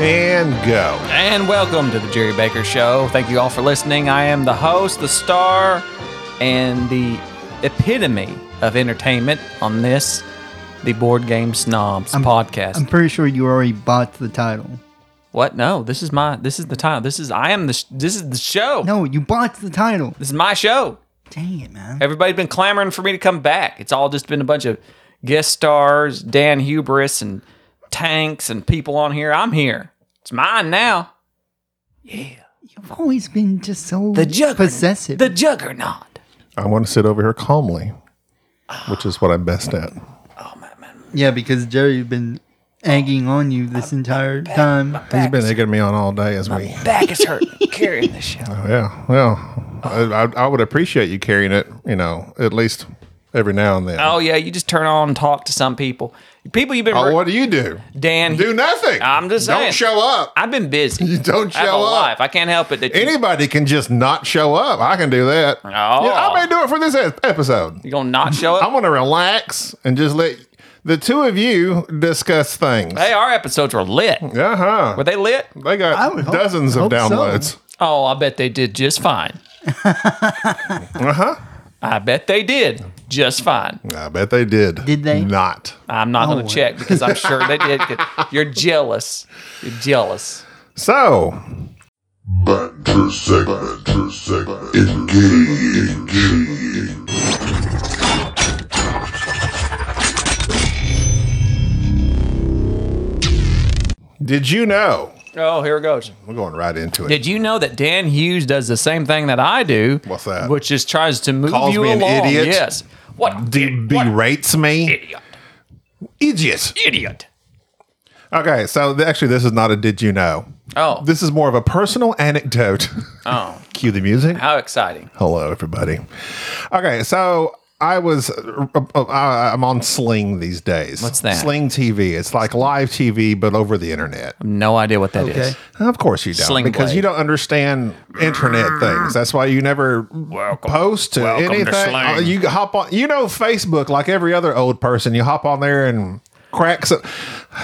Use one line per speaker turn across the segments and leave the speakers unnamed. And go.
And welcome to the Jerry Baker Show. Thank you all for listening. I am the host, the star, and the epitome of entertainment on this, the Board Game Snobs podcast.
I'm pretty sure you already bought the title.
what? No, this is my. This is the title. This is I am the. sh- This is the show.
No, you bought the title.
This is my show.
Dang it, man.
Everybody's been clamoring for me to come back. It's all just been a bunch of guest stars, Dan Hubris and tanks and people on here. I'm here. It's mine now.
You've always been just so
The juggernaut.
possessive.
The juggernaut.
I want to sit over here calmly, which is what I'm best at.
yeah, because Jerry's been egging on you this entire time.
He's been egging me on all day as we.
Back is hurt. Carrying this show.
Oh, yeah. Well, I, I, I would appreciate you carrying it, you know, at least every now and then.
Oh yeah, you just turn on and talk to some people. People you've been
Oh, what do you do?
Dan
Do nothing.
I'm just saying.
Don't show up.
I've been busy.
You don't
I have a
show up.
life. I can't help it that you,
Anybody can just not show up. I can do that. Oh. I may do it for this ep- episode.
you're gonna not show
I'm
up.
going to relax and just let the two of you discuss things.
Hey, our episodes were lit.
Uh huh.
Were they lit?
They
I
got
would hope-
dozens of
hope so.
downloads.
Oh, I bet they did just fine.
Uh huh.
I bet they did just fine.
I bet they did.
Did they?
Not.
I'm not gonna check because I'm sure they did. 'cause You're jealous. You're jealous.
So,
Banter segment. Banter segment. Engage. Engage.
did you know?
Oh, here it goes.
We're going right into it.
Did you know that Dan Hughes does the same thing that I do?
What's that?
Which is tries to move
Calls
you
me an
along.
idiot?
Yes. What?
Did berates me?
Idiot.
Idiot.
Idiot.
Okay, so th- actually, this is not a did you know.
Oh.
This is more of a personal anecdote.
Oh.
Cue the music.
How exciting.
Hello, everybody. Okay, so I was uh, uh, I'm on Sling these days.
What's that?
Sling TV. It's like live TV, but over the internet.
No idea what that is.
Okay.
Of course you don't,
Sling
because
blade.
you don't understand internet things. That's why you never post to
Welcome to
anything.
Sling.
Uh, You hop on, you know, Facebook like every other old person. You hop on there and crack some.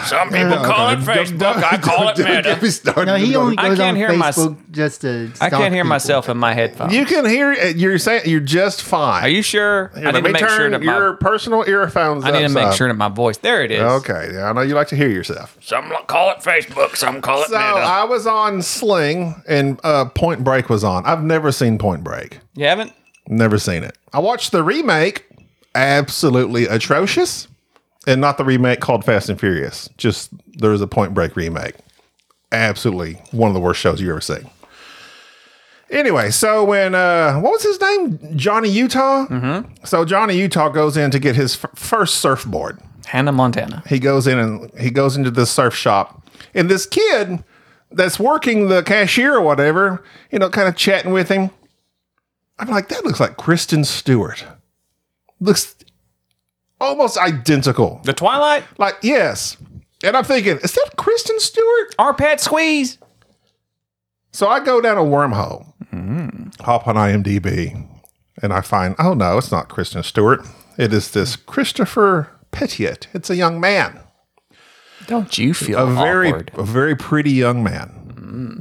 Some people
Okay, don't- don't- don't- don't get me started.
No, he only
I
goes
can't
on
hear my s-
Facebook just to.
I
stalk
can't hear
people.
myself in my headphones.
You can hear it. You're saying you're just fine.
Are you sure?
Here, let me turn your personal earphones.
my I need to make
upside.
sure that my voice. There it is.
Okay, yeah, I know you like to hear yourself.
Some call it Facebook. Some call it
So I was on Sling and uh, Point Break was on. I've never seen Point Break.
you haven't?
Never seen it. I watched the remake, absolutely atrocious, and not the remake called Fast and Furious. Just there was a Point Break remake. Absolutely one of the worst shows you ever seen. Anyway, so when uh, what was his name? Johnny Utah. Mm-hmm. So Johnny Utah goes in to get his f- first surfboard
Hannah Montana.
he goes in and he goes into this surf shop and this kid that's working the cashier or whatever you know kind of chatting with him i'm like that looks like kristen stewart looks almost identical
The Twilight?
like yes and i'm thinking is that kristen stewart
Our pet squeeze.
so i go down a wormhole hop on imdb and i find oh no it's not kristen stewart it is this christopher pettiot it's a young man
Don't you feel
a very
awkward?
a very pretty young man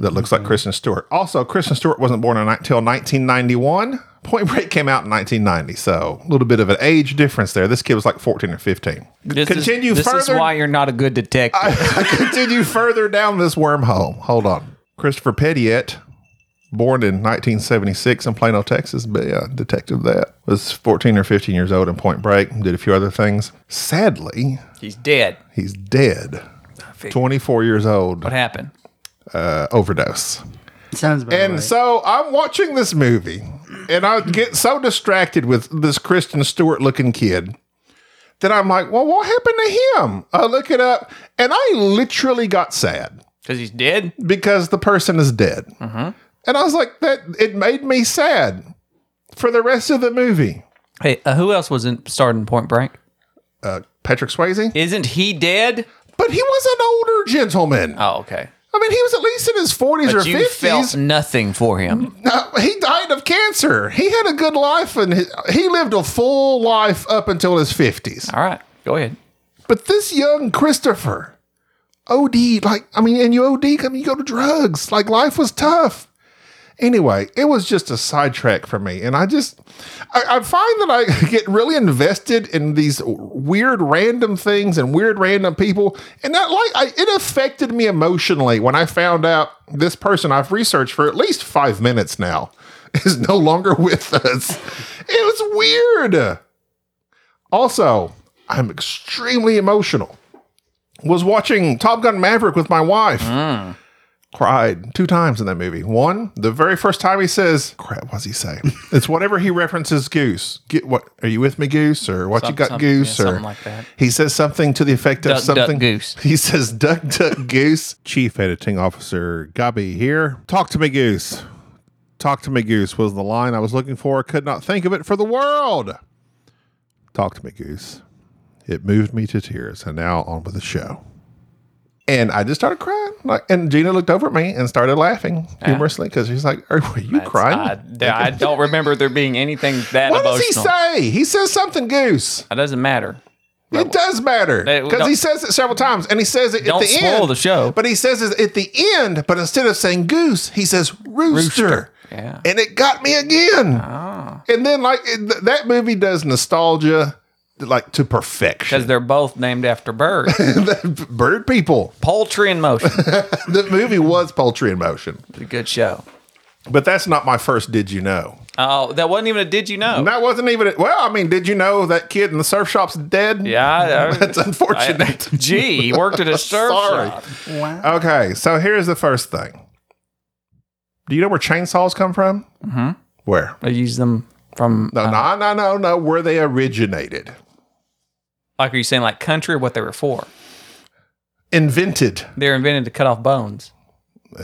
that looks like Kristen Stewart. Also, Kristen Stewart wasn't born in, until 1991. Point Break came out in 1990, so a little bit of an age difference there. This kid was like 14 or 15.
This
continue
is, this
further.
is why you're not a good detective.
continue further down this wormhole. Hold on. Christopher Pettiette, born in 1976 in Plano, Texas, but yeah, detective that was 14 or 15 years old in Point Break. Did a few other things. Sadly,
He's dead.
he's dead. 24 years old,
What happened?
uh, overdose.
Sounds about
And
right.
so I'm watching this movie, and I get so distracted with this Kristen Stewart looking kid that I'm like, well, what happened to him? I look it up, and I literally got sad
Because he's dead?
because the person is dead.
Uh-huh.
And I was like, that it made me sad for the rest of the movie.
Hey, uh, who else was in starting Point Break?
Uh, Patrick Swayze,
Isn't he dead?
but he was an older gentleman.
Oh, okay.
I mean, he was at least in his 40s or
But you
50s.
felt nothing for him.
No, he died of cancer. He had a good life and he, he lived a full life up until his 50s.
All right, go ahead.
But this young Christopher, OD, like, I mean, and you OD, I mean, you go to drugs. Like, life was tough. Anyway, it was just a sidetrack for me. And I just, I, I find that I get really invested in these weird random things and weird random people. And that, like, I, it affected me emotionally when I found out this person I've researched for at least five minutes now is no longer with us. It was weird. Also, I'm extremely emotional. Was watching Top Gun Maverick with my wife. Cried two times in that movie. One, the very first time he says, "Crap, what's he say?" it's whatever he references Goose. Get what? Are you with me, Goose? Or what
Some-
you got,
some-
Goose?
yeah,
or
something like that.
He says something to the effect of
Duck, duck,
something.
goose.
He says, "Duck, duck, goose." Chief Editing Officer Gabi here. Talk to me, goose. Talk to me, goose was the line I was looking for. Could not think of it for the world. Talk to me, goose. It moved me to tears, and now on with the show. And I just started crying. Like, and Gina looked over at me and started laughing humorously because she's like, "Are were you crying?
I, there- I don't remember there being anything that
what
emotional.
does he say? He says something, goose.
It doesn't matter.
It does matter
Hey,
because
don't-
he says it several times, and he says it
Don't
at the
spoil
end.
the show.
but he says it at the end. But instead of saying goose, he says rooster,
Yeah. Ah.
and it got me again. And then like it, th- that movie does nostalgia like to
Because
perfection.
they're both named after birds.
Bird people.
Poultry in Motion.
The movie was poultry in motion,
It's a good show.
but that's not my first. Did you know?
Oh, that wasn't even a did you know?
And that wasn't even. Well, I mean, did you know that kid in the surf shop's dead?
Yeah. I- I-
that's unfortunate.
Gee, he worked at a surf
Sorry.
shop.
wow.
Okay, so here's the first thing. Do you know where chainsaws come from? Mm-hmm. Where?
They use them from, uh,
No, no, no, no, no. Where they originated,
like, are you saying like country or what they were for?
invented.
They were invented to cut off bones.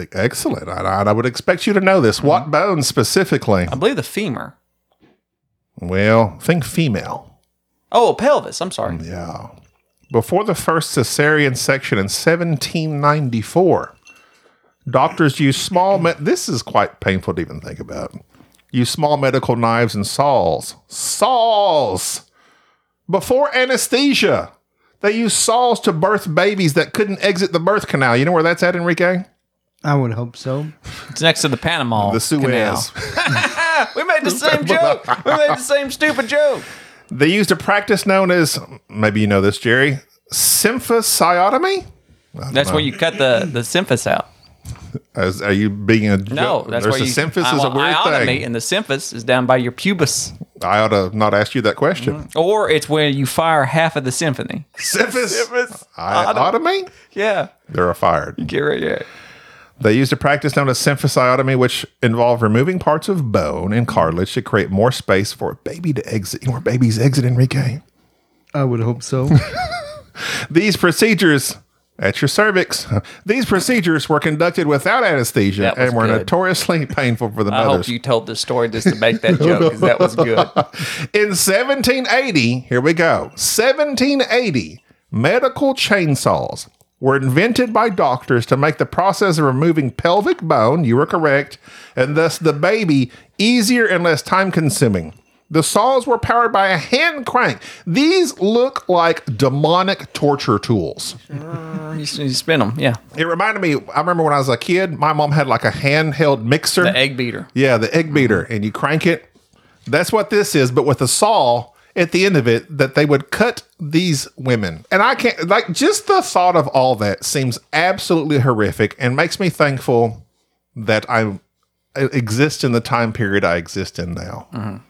E- Excellent. I, I- I would expect you to know this. What bone specifically?
I believe the femur.
Well, think female.
Oh, pelvis. I'm sorry.
Mm, Yeah. Before the first Caesarean section in 1794, doctors used small. Me- this is quite painful to even think about. Use small medical knives and saws. Saws. Before anesthesia, they used saws to birth babies that couldn't exit the birth canal. You know where that's at, Enrique?
I would hope so.
It's next to the Panama.
The Suez.
Canal. We made the same joke. We made the same stupid joke.
They used a practice known as maybe you know this, Jerry. Symphysiotomy.
That's where you cut the the symphysis out.
As, are you being a
No, that's
there's
where
a
you.
symphysis
uh,
is a
well,
weird
iotomy,
thing.
And the symphysis is down by your pubis,
I ought to not ask you that question.
or it's where you fire half of the symphony.
Syphis, I Iotomy?
Yeah,
They're fired.
get right. Yeah.
They used a practice known as symphysiotomy, which involved removing parts of bone and cartilage to create more space for a baby to exit. You know where babies exit, Enrique?
I would hope so.
These procedures at your cervix, these procedures were conducted without anesthesia
That was
and were
good.
notoriously painful for the
I hope
mothers.
you told this story just to make that joke because that was good.
In 1780, here we go. 1780, medical chainsaws were invented by doctors to make the process of removing pelvic bone, you were correct, and thus the baby easier and less time consuming. The saws were powered by a hand crank. These look like demonic torture tools.
You, s- you spin them. Yeah,
It reminded me, I remember when I was a kid, my mom had like a handheld mixer.
the egg beater.
Yeah, the egg beater, and you crank it, That's what this is, but with a saw at the end of it that they would cut these women. And I can't, like, just the thought of all that seems absolutely horrific and makes me thankful that I I exist in the time period I exist in now.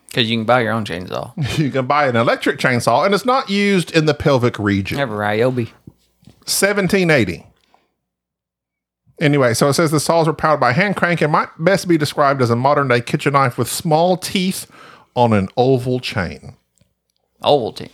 Because you can buy your own chainsaw.
You can buy an electric chainsaw and it's not used in the pelvic region.
Have a Ryobi.
1780. Anyway, so it says the saws were powered by hand crank and might best be described as a modern day kitchen knife with small teeth on an oval chain.
Ovaltine.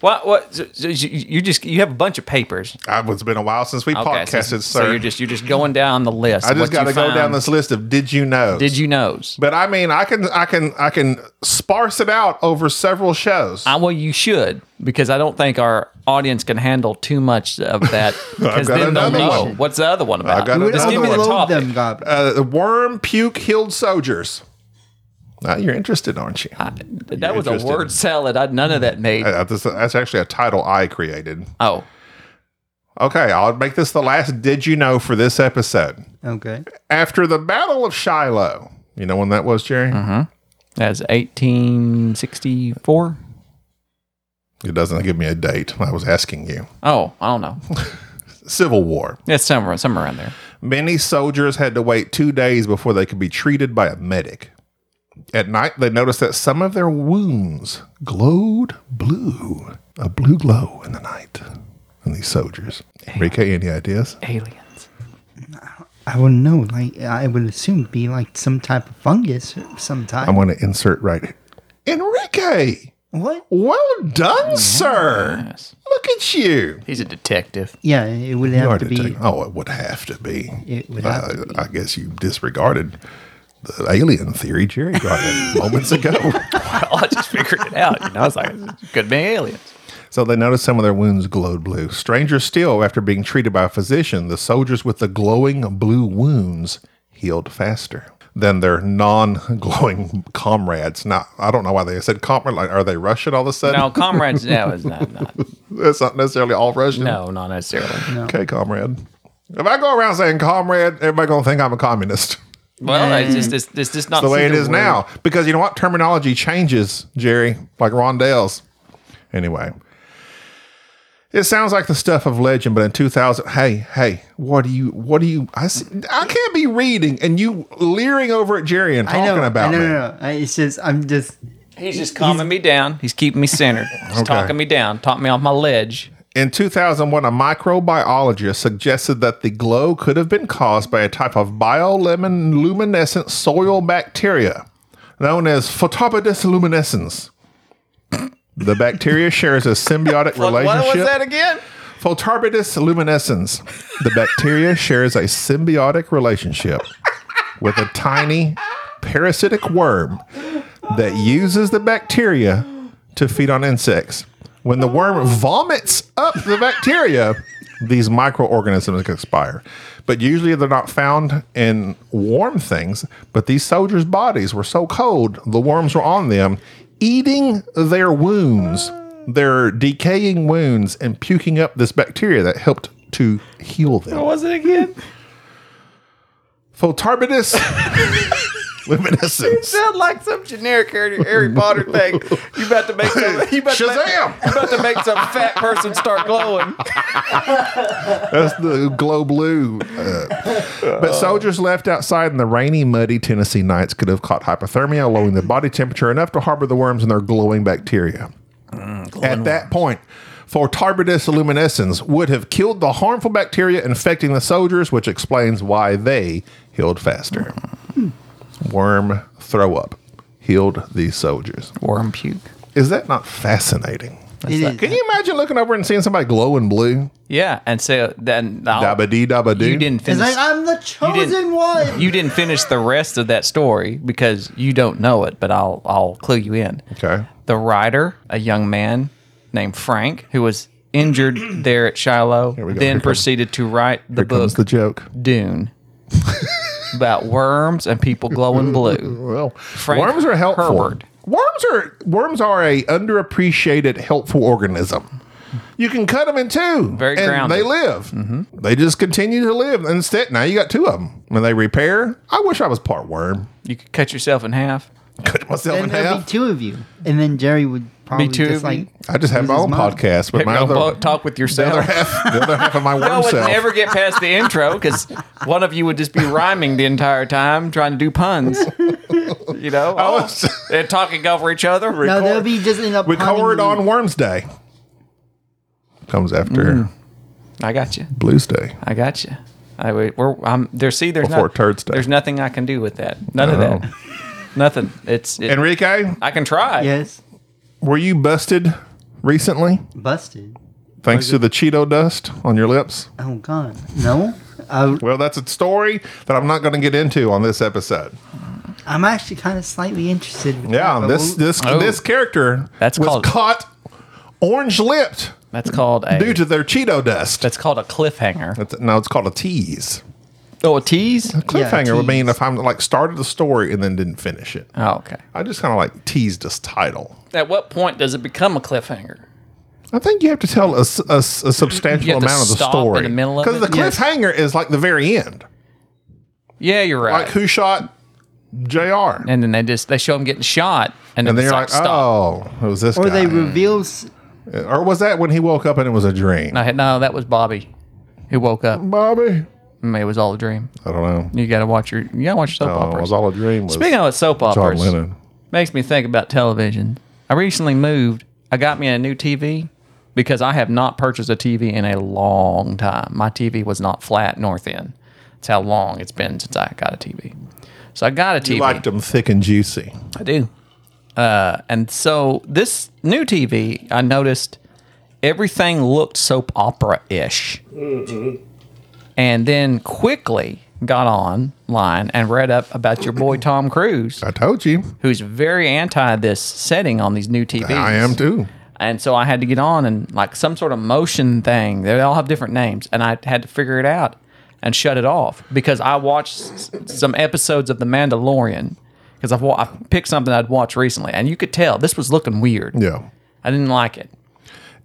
What? What? So, so you you just you have a bunch of papers.
I, it's been a while since we
so,
podcasted, sir.
so you're just you're just going down the list.
I
of
just
what
got
you
to go
found.
down this list of did you know?
Did you knows?
but I mean, I can, I can, I can sparse it out over several shows.
I, Uh, well, you should because I don't think our audience can handle too much of that. Because
got
then they'll
another
know
one.
what's the other one about.
got
Would
Just give me the
overload
topic.
them goblins.
uh, the worm puke healed soldiers. Now you're interested, aren't you?
that was a
interested.
word salad. I none of that made.
Uh, this- that's actually a title I created.
Oh,
Okay, I'll make this the last did you know for this episode.
Okay.
After the Battle of Shiloh, you know when that was, Jerry?
that's 1864.
It doesn't give me a date. I was asking you.
Oh, I don't know.
Civil War.
It's somewhere somewhere around there.
Many soldiers had to wait two days before they could be treated by a medic. At night, they noticed that some of their wounds glowed blue, a blue glow in the night. And these soldiers. Enrique, any ideas?
Aliens.
I wouldn't know. Like I would assume it'd be like some type of fungus of some type.
I'm going to insert right here. Enrique,
what?
well done, sir.
Yes.
Look at you.
He's a detective.
Yeah, it would
You are
have to be.
detecting- oh, it would have to be.
It would have
Uh,
to be.
I guess you disregarded the alien theory Jerry got in moments ago.
Well, Oh, I just figured it out. You know, I was like, could be aliens.
So they noticed some of their wounds glowed blue. Stranger still, after being treated by a physician, the soldiers with the glowing blue wounds healed faster than their non-glowing comrades. Now, I don't know why they said comrade. Like, are they Russian all of a sudden?
No, comrades. No, it's not, not.
That's not necessarily all Russian.
No, not necessarily.
Okay, comrade. If I go around saying comrade, everybody gonna think I'm a communist.
Well, it's just it's, it's just not
the way it
suitable.
is now. Because you know what? Terminology changes, Jerry, like Rondell's. Anyway, it sounds like the stuff of legend, but in 2000, hey, hey, what do you, what do you, I, s- I can't be reading and you leering over at Jerry and
I
talking
know.
about
I know,
me.
no, no, I, it's just I'm just.
He's just calming me down. He's keeping me centered. He's talking me down. Talking me off my ledge.
In 2001, a microbiologist suggested that the glow could have been caused by a type of bioluminescent soil bacteria known as Photopodis luminescens. The bacteria shares a symbiotic
What,
relationship.
what was that again?
Photarbidus luminescens. The bacteria shares a symbiotic relationship with a tiny parasitic worm that uses the bacteria to feed on insects. When the worm vomits up the bacteria, these microorganisms can expire. But usually they're not found in warm things, but these soldiers' bodies were so cold, the worms were on them, eating their wounds, their decaying wounds, and puking up this bacteria that helped to heal them.
What was it again?
Photarbidus luminescence.
Sound like some generic Harry, Harry Potter thing. You about to make some, you about
Shazam!
To make, you about to make some fat person start glowing.
That's the glow blue. uh. but soldiers left outside in the rainy, muddy Tennessee nights could have caught hypothermia, lowering their body temperature enough to harbor the worms and their glowing bacteria.
Mm,
At that point, Photarbidus luminescens would have killed the harmful bacteria infecting the soldiers, which explains why they healed faster.
Hmm.
Worm throw up healed these soldiers.
Worm puke.
Is that not fascinating?
It is.
Can you imagine looking over and seeing somebody glowing blue?
Yeah, and so then I'll-
Dabba dee dabba doo.
you didn't
It's
finish.
like I'm the
you didn't-
chosen one.
You didn't finish the rest of that story because you don't know it, but I'll I'll clue you in.
Okay.
The writer, a young man named Frank, who was injured there at Shiloh,
we go.
then
Here comes-
proceeded to write the
Here
book
comes the joke.
Dune about worms and people glowing blue.
Well,
Frank
worms are helpful.
Herbert.
Worms are worms are a underappreciated helpful organism. You can cut them in two.
Very
and
grounded.
They live. They just continue to live. And Instead, now you got two of them. When they repair, I wish I was part worm.
You could cut yourself in half.
cut myself in
And there'd be
half.
two of you, and then Jerry would probably
two
just
of you?
like
I just have
This
my
is
own
mine.
podcast, but
Have
my
no
other,
bo- talk with
the other
yourself.
half, the other half of my
I
worm
would
self.
never get past the intro because one of you would just be rhyming the entire time, trying to do puns. You know, oh,
was-
and talking over each other.
no, they'll be just end up
we
punning
covered
you.
on Worms Day. Comes after
I got you.
Blues Day.
I got you. I would- we're I'm there. See, there's
Before
not-
Turds Day.
There's nothing I can do with that. None of
No.
that. Nothing. It's it,
Enrique,
I can try.
Yes,
were you busted recently
busted.
thanks to the Cheeto dust on your lips?
Oh God, no. I,
Well, that's a story that I'm not going to get into on this episode.
I'm actually kind of slightly interested. With
Yeah,
that, but
this
we'll-
this
Oh.
this character
That's
was
called-
caught orange lipped
That's called a.
due to their Cheeto dust.
that's called a cliffhanger.
That's, no, it's called a tease.
Oh, a tease.
Cliffhanger would
tease.
mean if I'm like started the story and then didn't finish it.
Oh, okay.
I just kind of like teased this title.
At what point does it become a cliffhanger?
I think you have to tell a, s- a s- a substantial
You have to
amount of the
stop
story
in the middle of
because the
it? Yes.
cliffhanger is like the very end,
Yeah, you're right.
like who shot Jr. And,
and then they just they show him getting shot, and,
then
then
you're like,
stop.
oh, it was this
or
guy,
they reveal. s-
or was that when he woke up and it was a dream?
No, no, that was Bobby, who woke up.
Bobby,
I mean, it was all a dream.
I don't know.
You gotta watch your you gotta watch your soap
Oh, it
operas.
was all a dream. Was
Speaking of soap
John
operas,
Lennon.
makes me think about television. I recently moved. I got me a new TV because I have not purchased a TV in a long time. My TV was not flat north end. That's how long it's been since I got a TV. So I got a TV.
You liked them thick and juicy.
I do. Uh, and so this new TV, I noticed everything looked soap opera ish. And then quickly got online and read up about your boy Tom Cruise,
I told you,
who's very anti this setting on these new TVs.
I am too.
And so I had to get on and like some sort of motion thing. They all have different names, and I had to figure it out and shut it off because I watched s- some episodes of The Mandalorian because I've wa- I picked something I'd watched recently, and you could tell this was looking weird.
Yeah,
I didn't like it.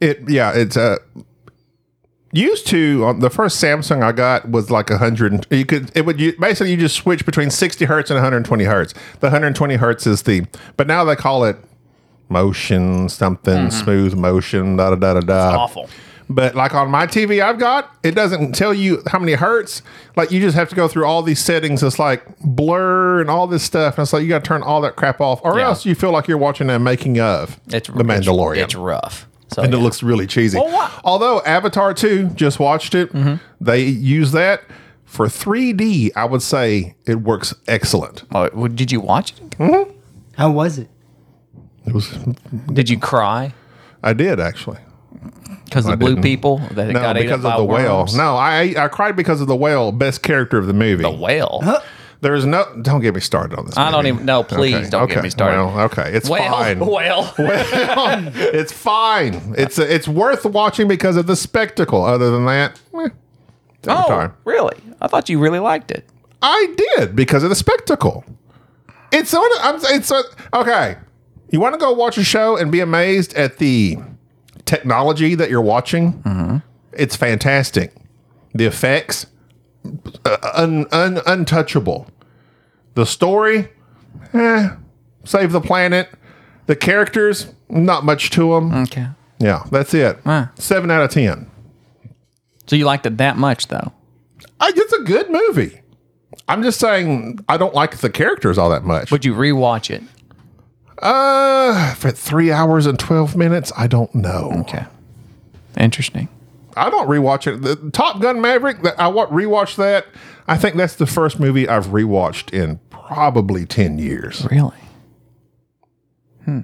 It yeah, it's uh used to on the first Samsung I got was like a hundred. You could it would you basically you just switch between sixty hertz and one hundred twenty hertz. The one hundred twenty hertz is the but now they call it motion something smooth motion da da da da da.
Mm-hmm. Awful.
But like on my TV I've got, it doesn't tell you how many hertz. Like you just have to go through all these settings. It's like blur and all this stuff. And it's like you got to turn all that crap off, or
Yeah.
else you feel like you're watching a making of
It's
the Mandalorian
It's, it's rough. So
and
yeah.
it looks really cheesy.
Well, what- Mm-hmm.
Although Avatar 2 just watched it, they use that for 3D. I would say it works excellent.
Oh, well, did you watch it?
How was it?
It was,
Did you cry
I did actually.
because the
I
blue
didn't.
people that it
No,
got
because
eaten
of
by
the whale.
worms?
No, I I cried because of the whale. Best character of the movie.
the whale.
There is no. Don't get me started on this.
I don't
movie.
even. No, please
Okay,
don't get
okay,
me started.
well, okay, it's
whale,
fine.
whale.
it's fine. It's it's worth watching because of the spectacle. Other than that, eh,
Oh,
time.
really? I thought you really liked it.
I did because of the spectacle. It's sort of, I'm, it's sort- okay. You want to go watch a show and be amazed at the technology that you're watching? It's fantastic. The effects, uh, un, un, untouchable. The story, eh, save the planet. The characters, not much to them.
Okay.
Yeah, that's it.
Wow.
Seven out of ten.
So you liked it that much, though?
I, it's a good movie. I'm just saying I don't like the characters all that much.
Would you rewatch it?
Uh, for three hours and twelve minutes, I don't know.
Okay. Interesting.
I don't rewatch it. The Top Gun Maverick, that I wa- rewatched that. I think that's the first movie I've rewatched in probably ten years.
Really? Hmm.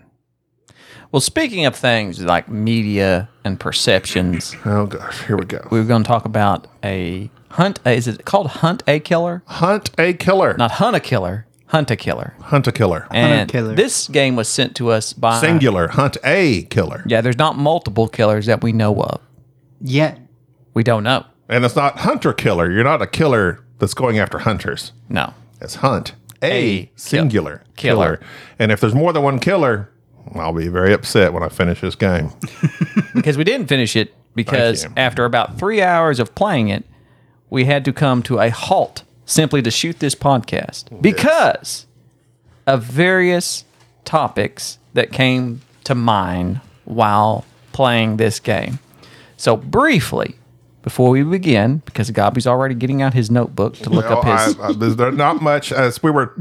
Well, speaking of things like media and perceptions,
Oh gosh, here we go.
we were going to talk about a hunt. Is it called hunt a killer?
Hunt a killer,
Not hunt a killer. Hunt a killer.
hunt a killer,
And
Killer.
this game was sent to us by
singular, hunt a killer,
Yeah, there's not multiple killers that we know of.
Yeah,
We don't know.
and it's not hunter killer. You're not a killer that's going after hunters.
No.
It's hunt
A
a,
kill-
singular
killer.
killer. And if there's more than one killer, I'll be very upset when I finish this game.
because we didn't finish it because
you.
after about three hours of playing it, we had to come to a halt simply to shoot this podcast because of various topics that came to mind while playing this game. So, briefly, before we begin, because Gobby's already getting out his notebook to look
No,
up his.
I, I, there's there not much as we were.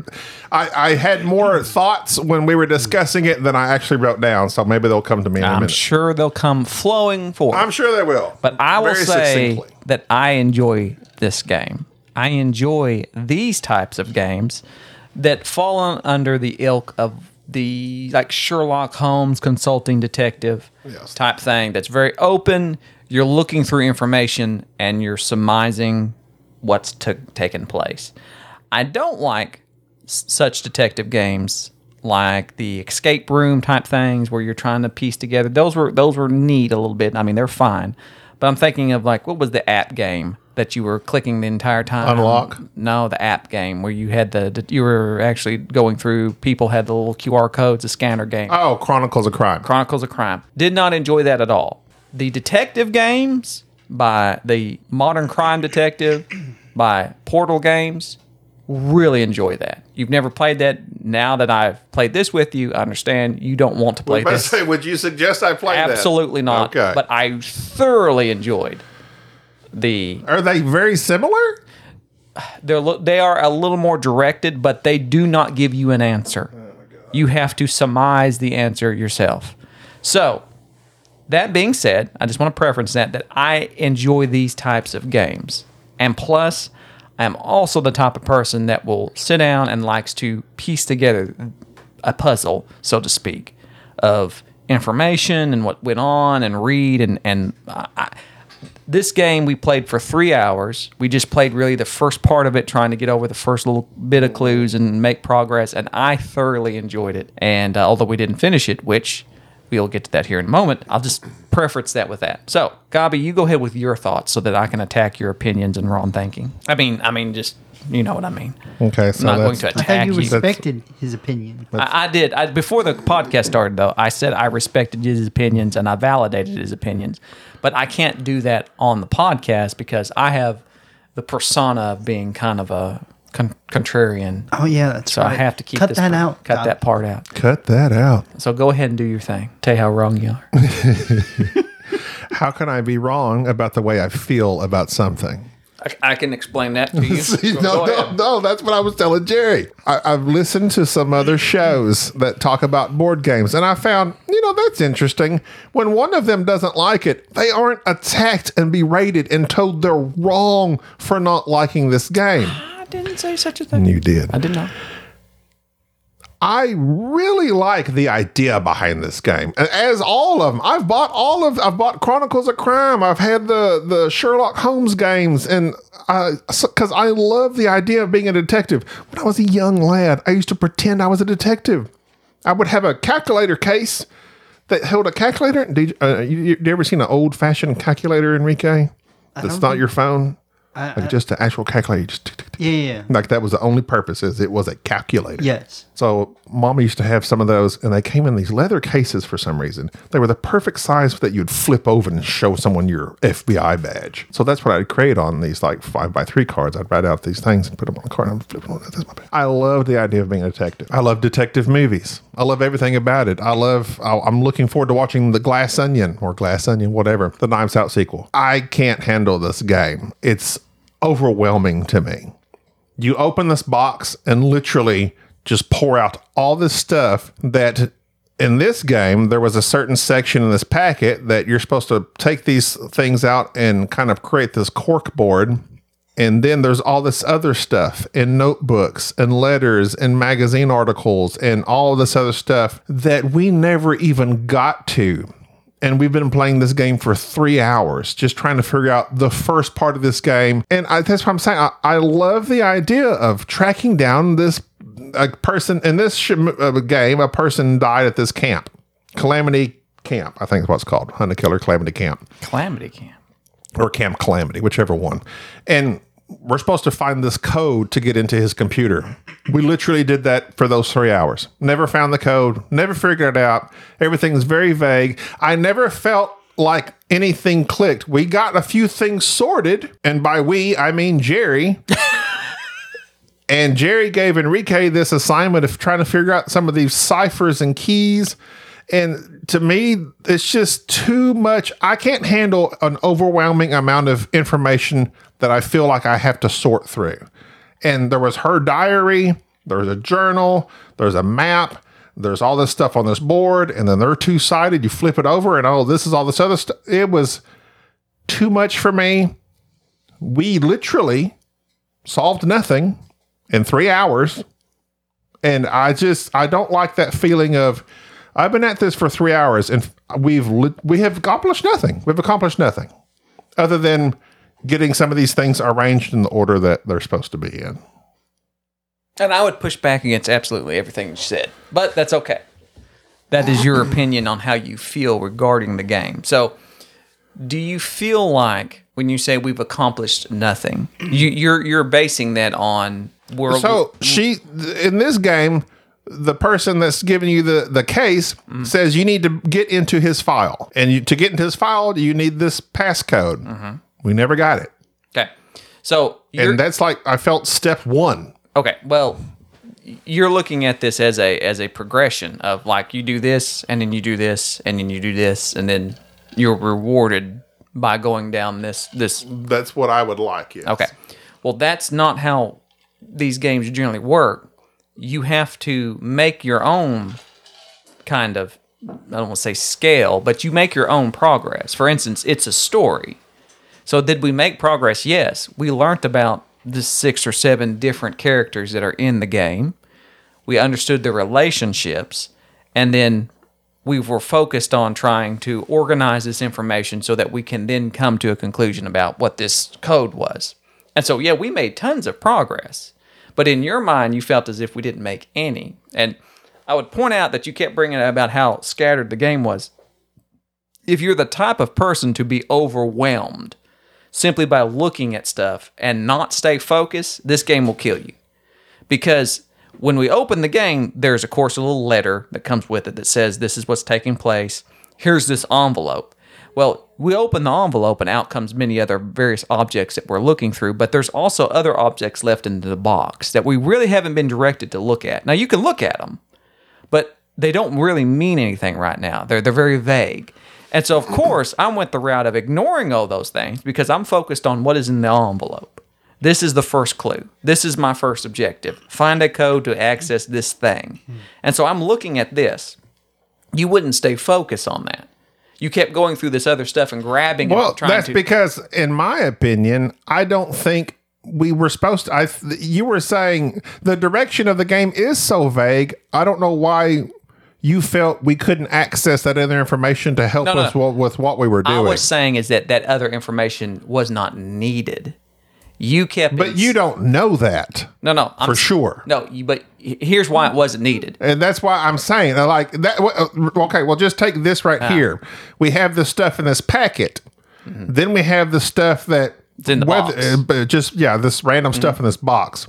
I, I had more thoughts when we were discussing it than I actually wrote down, so maybe they'll come to me in a
I'm
minute.
sure they'll come flowing forth.
I'm sure they will.
But I will
Very
say
succinctly.
that I enjoy this game. I enjoy these types of games that fall un- under the ilk of the like Sherlock Holmes consulting detective
Yes.
type thing that's very open. You're looking through information and you're surmising what's took taken place. I don't like s- such detective games like the escape room type things where you're trying to piece together. Those were those were neat a little bit. I mean, they're fine. But I'm thinking of like what was the app game that you were clicking the entire time?
Unlock?
No, the app game where you had the you were actually going through people had the little QR codes, a scanner game.
Oh, Chronicles of Crime.
Chronicles of Crime. Did not enjoy that at all. The detective games by the Modern Crime Detective, by Portal Games, really enjoy that. You've never played that. Now that I've played this with you, I understand you don't want to play
I
this.
say, would you suggest I play that?
Absolutely not.
Okay.
But I thoroughly enjoyed the
Are they very similar?
they're lo- they are a little more directed, but they do not give you an answer. you have to surmise the answer yourself. So, that being said, I just want to preference that that I enjoy these types of games, and plus, I am also the type of person that will sit down and likes to piece together a puzzle, so to speak, of information and what went on, and read and and. I, I- this game we played for three hours. We just played really the first part of it, trying to get over the first little bit of clues and make progress. And I thoroughly enjoyed it. And uh, although we didn't finish it, which we'll get to that here in a moment, I'll just preference that with that. So, Gabi, you go ahead with your thoughts so that I can attack your opinions and wrong thinking. I mean, I mean, just you know what I mean.
Okay, so
I'm not going
that's-
to
I
attack
thought you
you.
respected his opinion.
I, I did. I, before the podcast started, though, I said I respected his opinions and I validated his opinions. But I can't do that on the podcast because I have the persona of being kind of a con- contrarian.
Oh yeah, that's
So
right.
I have to keep
cut
this
that
part-
out.
Cut
Doc.
that part out.
Cut that out.
So go ahead and do your thing. Tell you how wrong you are.
How can I be wrong about the way I feel about something?
I, I can explain that to you.
See, no, no, no, that's what I was telling Jerry. I, I've listened to some other shows that talk about board games, and I found, you know, that's interesting. When one of them doesn't like it, they aren't attacked and berated and told they're wrong for not liking this game.
I didn't say such a thing.
You did.
I did not.
I really like the idea behind this game. And As all of them, I've bought all of. I've bought Chronicles of Crime. I've had the the Sherlock Holmes games, and because I love the idea of being a detective. When I was a young lad, I used to pretend I was a detective. I would have a calculator case that held a calculator. Did you, uh, you, you you ever seen an old fashioned calculator, Enrique? That's not your phone. like just an actual calculator. Just tick, tick, tick.
Yeah, yeah. yeah.
Like that was the only purpose is it was a calculator.
Yes.
So mama used to have some of those, and they came in these leather cases for some reason. They were the perfect size that you'd flip over and show someone your FBI badge. So that's what I'd create on these like five by three cards. I'd write out these things and put them on a card. and I'm flipping on that's my badge. I love the idea of being a detective. I love detective movies. I love everything about it. I love. I, I'm looking forward to watching The Glass Onion or Glass Onion, whatever. The Knives Out sequel. I can't handle this game. It's overwhelming to me you open this box and literally just pour out all this stuff that in this game there was a certain section in this packet that you're supposed to take these things out and kind of create this cork board and then there's all this other stuff in notebooks and letters and magazine articles and all this other stuff that we never even got to and we've been playing this game for three hours just trying to figure out the first part of this game and I, that's what i'm saying I, I love the idea of tracking down this a person in this sh- uh, game a person died at this camp calamity camp i think is what it's called hunter killer calamity camp
Calamity Camp.
or Camp Calamity, whichever one. And we're supposed to find this code to get into his computer. We literally did that for those three hours. Never found the code, never figured it out. Everything's very vague. I never felt like anything clicked. We got a few things sorted, and by we, I mean Jerry. And Jerry gave Enrique this assignment of trying to figure out some of these ciphers and keys. And to me, it's just too much. I can't handle an overwhelming amount of information that I feel like I have to sort through. And there was her diary, there's a journal, there's a map, there's all this stuff on this board, and then they're two sided. You flip it over, and oh, this is all this other stuff. It was too much for me. We literally solved nothing in three hours. And I just I don't like that feeling of I've been at this for three hours and we've lit- we have accomplished nothing. We've accomplished nothing other than getting some of these things arranged in the order that they're supposed to be in.
And I would push back against absolutely everything you said, but that's okay. That is your opinion on how you feel regarding the game. So, do you feel like when you say we've accomplished nothing, you, you're you're basing that on we're
So she in this game, the person that's giving you the the case
Mm.
says you need to get into his file, and you, to get into his file, you need this passcode. We never got it,
okay? So Mm-hmm. you're,
and that's like I felt step one.
Okay, well, you're looking at this as a as a progression of like you do this and then you do this and then you do this and then you're rewarded by going down this this
That's what I would like. Yes.
Okay. Well, that's not how these games generally work. You have to make your own kind of, I don't want to say scale, but you make your own progress. For instance, it's a story. So, did we make progress? Yes. We learnt about the six or seven different characters that are in the game, we understood their relationships, and then we were focused on trying to organize this information so that we can then come to a conclusion about what this code was. And so, yeah, we made tons of progress, but in your mind, you felt as if we didn't make any. And I would point out that you kept bringing up about how scattered the game was. If you're the type of person to be overwhelmed simply by looking at stuff and not stay focused, this game will kill you because when we open the game, there's of course a little letter that comes with it that says this is what's taking place. Here's this envelope. Well, we open the envelope and out comes many other various objects that we're looking through, but there's also other objects left in the box that we really haven't been directed to look at. Now you can look at them, but they don't really mean anything right now. They're they're very vague. And so of course I went the route of ignoring all those things because I'm focused on what is in the envelope. This is the first clue. This is my first objective. Find a code to access this thing.
Hmm.
And so I'm looking at this. You wouldn't stay focused on that. You kept going through this other stuff and grabbing
Well,
and trying
that's
to
because, in my opinion, I don't think we were supposed to. I th- you were saying the direction of the game is so vague. I don't know why you felt we couldn't access that other information to help
No, no,
us
no.
wa- with what we were
I
doing.
was saying is that that other information was not needed. You kept
but you don't know that
No, no. I'm
for
s-
sure.
No, you, but he- here's why it wasn't needed.
And that's why I'm saying, I like that. w- uh, Okay, well, just take this right
Ah.
here. We have the stuff in this packet. Then we have the stuff that
Mm-hmm. in the box. Mm-hmm.
uh, but just yeah, this random stuff in this box.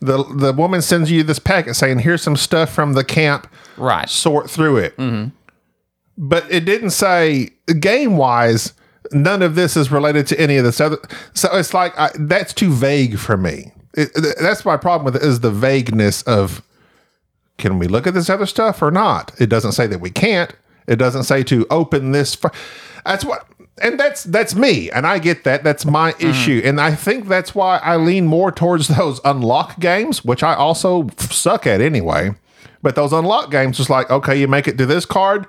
The the woman sends you this packet saying, "Here's some stuff from the camp.
Right.
Sort through it."
Mm-hmm.
But it didn't say game wise. None of this is related to any of this other. So it's like I, that's too vague for me. It, th- that's my problem with it is the vagueness of can we look at this other stuff or not? It doesn't say that we can't. It doesn't say to open this. fi- that's what, and that's that's me, and I get that. That's my issue, and I think that's why I lean more towards those unlock games, which I also f- suck at anyway. But those unlock games, just like okay, you make it to this card,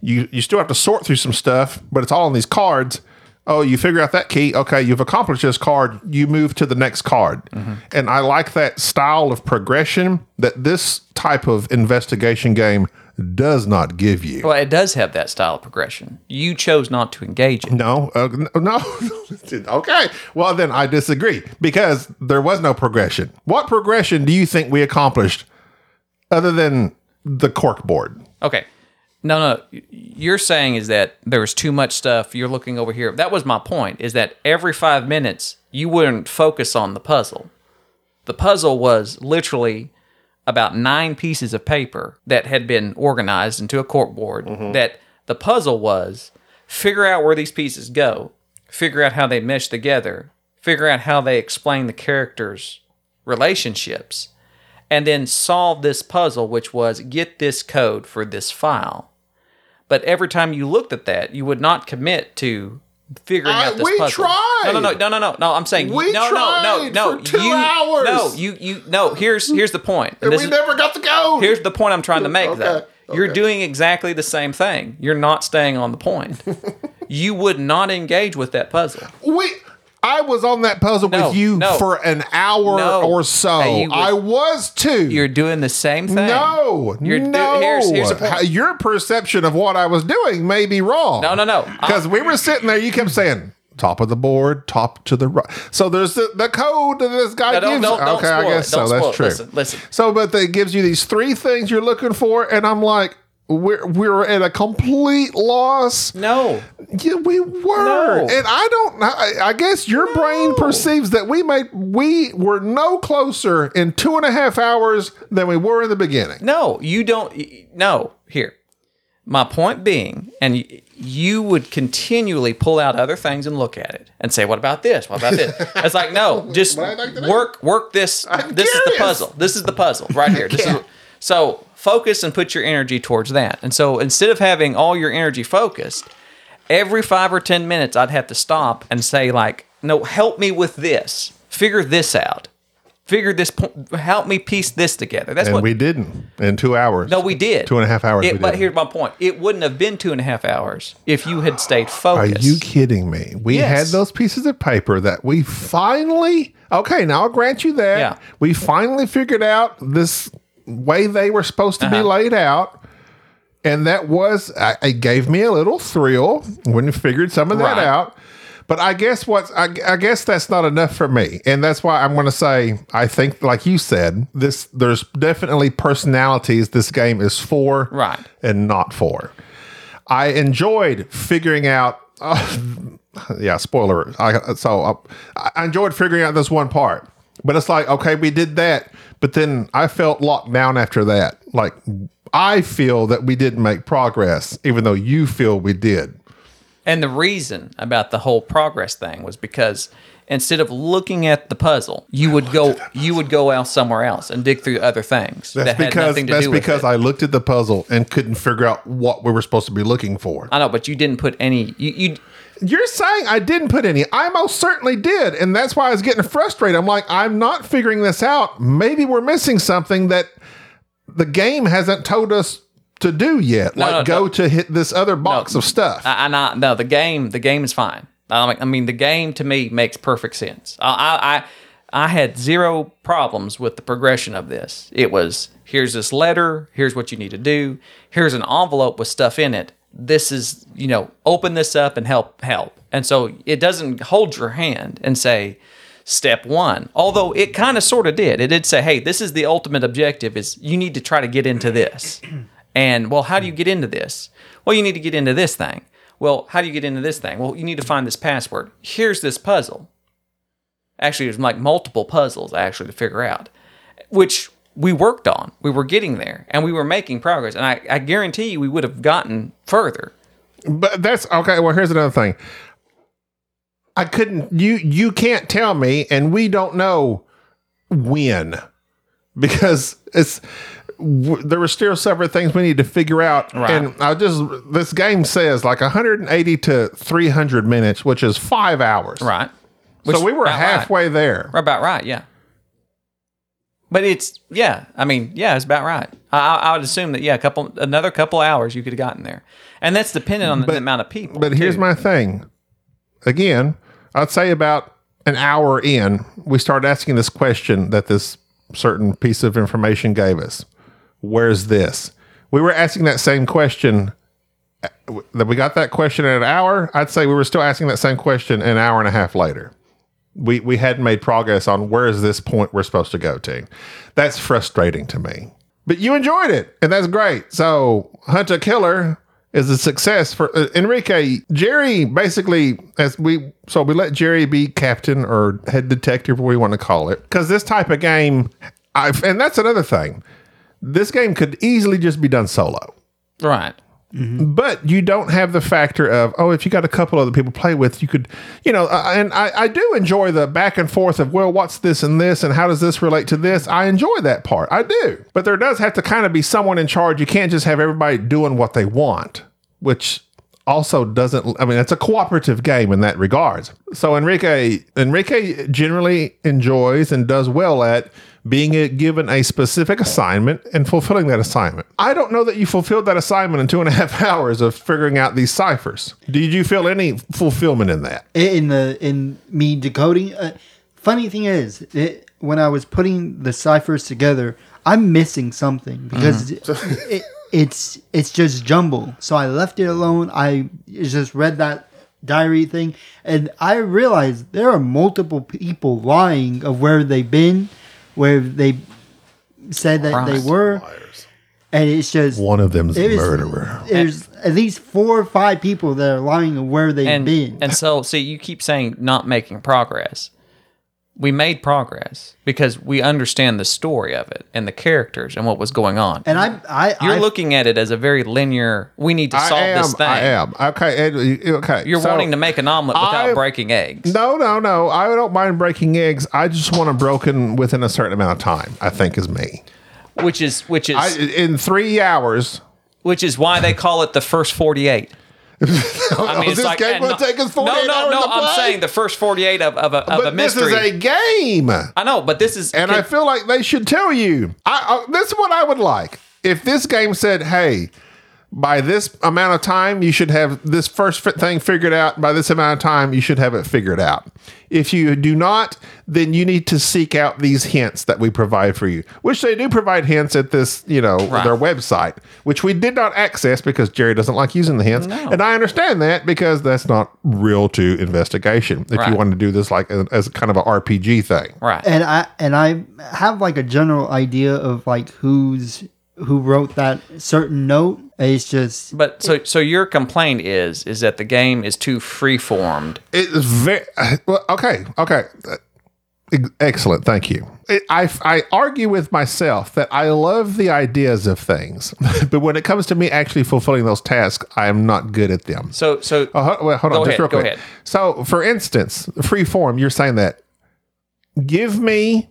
you you still have to sort through some stuff, but it's all on these cards. Oh, you figure out that key. Okay, you've accomplished this card. You move to the next card.
Mm-hmm.
And I like that style of progression that this type of investigation game does not give you.
Well, it does have that style of progression. You chose not to engage it.
No, uh, n- no. okay. Well, then I disagree because there was no progression. What progression do you think we accomplished other than the cork board?
Okay. No, no. y- You're saying is that there was too much stuff. You're looking over here. That was my point. Is that every five minutes you wouldn't focus on the puzzle. The puzzle was literally about nine pieces of paper that had been organized into a corkboard.
Mm-hmm.
That the puzzle was figure out where these pieces go, figure out how they mesh together, figure out how they explain the characters relationships, and then solve this puzzle, which was get this code for this file. But every time you looked at that, you would not commit to figuring
I-
out this
we
puzzle. No, no, no, no, no, no, no. I'm saying
We
no, no, no,
tried
no.
for two
you,
hours.
No, you, you, no. Here's here's the point.
And
This
we
is-
never got the code.
Here's the point I'm trying to make, though.
Okay,
You're
okay.
doing exactly the same thing. You're not staying on the point. you would not engage with that puzzle.
we. I was on that puzzle
No,
with you
no.
for an hour
No.
or so.
Hey, you was-
I was too.
You're doing the same thing.
no,
You're do-
no.
here's- here's the point.
How- Your perception of what I was doing may be wrong.
No, no, no.
Because we were sitting there, you kept saying top of the board, top to the right. So there's the, the code that this guy
No, don't-
gives.
don't- don't
okay, I
spoil
guess
it.
so.
Don't spoil it.
That's true.
Listen, listen.
So, but they gives you these three things you're looking for, and I'm like, we're we're at a complete loss.
No.
Yeah, we were,
No.
and I don't. I, I guess your brain perceives that we made we were no closer in two and a half hours than we were in the beginning.
No, you don't. y- y- No, here. My point being, and y- you would continually pull out other things and look at it and say, "What about this? What about this?" It's like, no, just
What I'd like to know.
work, work this. this is
curious.
the puzzle. This is the puzzle right here. This is, so focus and put your energy towards that. And so instead of having all your energy focused, every five or ten minutes, I'd have to stop and say, like, no, help me with this. Figure this out. Figure this. point. Help me piece this together. That's
And
what
we didn't in two hours.
no, we did.
Two and a half hours
It-
we
but
did.
here's my point. It wouldn't have been two and a half hours if you had stayed
Are
focused.
you kidding me? We
Yes.
had those pieces of paper that we finally okay. Now I'll grant you that
Yeah.
we finally figured out this way they were supposed to be
Uh-huh.
laid out. And that was, I, it gave me a little thrill when you figured some of that
Right.
out. But I guess what's, I, I guess that's not enough for me. And that's why I'm going to say, I think, like you said, this, there's definitely personalities this game is for
Right.
and not for. I enjoyed figuring out, uh, yeah, spoiler. I, so I, I enjoyed figuring out this one part, but it's like, okay, we did that, but then I felt locked down after that. Like, I feel that we didn't make progress, even though you feel we did.
And the reason about the whole progress thing was because instead of looking at the puzzle, you would go you would go out somewhere else and dig through other things
That's
that had
because
nothing to
that's
do with
because
it.
I looked at the puzzle and couldn't figure out what we were supposed to be looking for.
I know, but you didn't put any. You, you
You're saying I didn't put any. I most certainly did, and that's why I was getting frustrated. I'm like, I'm not figuring this out. Maybe we're missing something that the game hasn't told us to do yet. like
no,
go
no.
to hit this other box of stuff.
I, I not no the game the game is fine. I mean, I mean the game to me makes perfect sense. I, I I I had zero problems with the progression of this. It was here's this letter, here's what you need to do, here's an envelope with stuff in it. This is you know open this up and help help. And so it doesn't hold your hand and say step one although it kind of sort of did it did say hey this is the ultimate objective is you need to try to get into this and well, how do you
Hmm.
get into this? Well, you need to get into this thing. Well, how do you get into this thing? Well, you need to find this password. Here's this puzzle. Actually, there's like multiple puzzles actually to figure out, which we worked on. We were getting there and we were making progress. And I, I guarantee you we would have gotten further.
but that's okay. Well, here's another thing. I couldn't. You you can't tell me, and we don't know when because it's w- there were still several things we need to figure out.
Right.
And I just this game says like 180 to 300 minutes, which is five hours.
Right. Which-
So we were
about right.
halfway there.
About right, yeah. But it's yeah. I mean, yeah, it's about right. I, I I would assume that yeah, a couple another couple hours you could have gotten there, and that's dependent on the amount of people.
But here's
too.
my thing. Again, I'd say about an hour in, we started asking this question that this certain piece of information gave us. Where's this? We were asking that same question uh, w- that we got that question in an hour. I'd say we were still asking that same question an hour and a half later. We we hadn't made progress on where is this point we're supposed to go to. That's frustrating to me. But you enjoyed it, and that's great. So Hunter Killer is a success for uh, Enrique. Jerry basically, as we so we let Jerry be captain or head detective, what we want to call it, because this type of game, I've, and that's another thing. This game could easily just be done solo.
right.
But you don't have the factor of oh, if you got a couple other people to play with, you could, you know. I- And I, I do enjoy the back and forth of well, what's this and this, and how does this relate to this? I enjoy that part, I do. But there does have to kind of be someone in charge. You can't just have everybody doing what they want, which also doesn't i mean it's a cooperative game in that regards so enrique enrique generally enjoys and does well at being a, given a specific assignment and fulfilling that assignment i don't know that you fulfilled that assignment in two and a half hours of figuring out these ciphers did you feel any fulfillment in that
in the in me decoding. Uh, funny thing is, it, when I was putting the ciphers together, I'm missing something because it, it's it's just jumble. So I left it alone. I just read that diary thing, and I realized there are multiple people lying of where they've been, where they said that they
Christ.
were, and it's just
one of them's a
it is-
murderer
There's at least four or five people that are lying of where they've
and
been.
and so see you keep saying not making progress we made progress because we understand the story of it and the characters and what was going on
and I, I,
you're
I
looking at it as a very linear we need to solve
I am,
this thing
I am. Okay, Ed, you- okay.
you're
so-
wanting to make an omelet without
I-
breaking eggs
No, no, no. I don't mind breaking eggs. I just want them broken within a certain amount of time. I think is me.
which is which is
I, in three hours.
which is why they call it the first 48 I mean,
Oh,
it's
this
like,
game
and
will
no-
take us 48
No, no,
hours
no.
to
I'm
play?
saying the first 48 of, of, a, of a
but this
mystery.
is a game,
I know, but this is.
and I feel like they should tell you. I, I this is what I would like if this game said, "Hey." By this amount of time, you should have this first fi- thing figured out. By this amount of time, you should have it figured out. If you do not, then you need to seek out these hints that we provide for you, which they do provide hints at this, you know,
Right.
their website, which we did not access because Jerry doesn't like using the hints. And I understand that because that's not real to investigation. If
Right.
you want to do this like a, as kind of a RPG thing.
Right.
and I and I have like a general idea of like who's who wrote that certain note. It's just
But so, so your complaint is is that the game is too freeformed.
It's very well, okay. Okay, Uh, ex- excellent. Thank you. It, I I argue with myself that I love the ideas of things, but when it comes to me actually fulfilling those tasks, I am not good at them.
So, so
Oh, ho- well, hold on,
Go
just
ahead,
real
go
quick.
ahead.
So, for instance, free form, you're saying that. Give me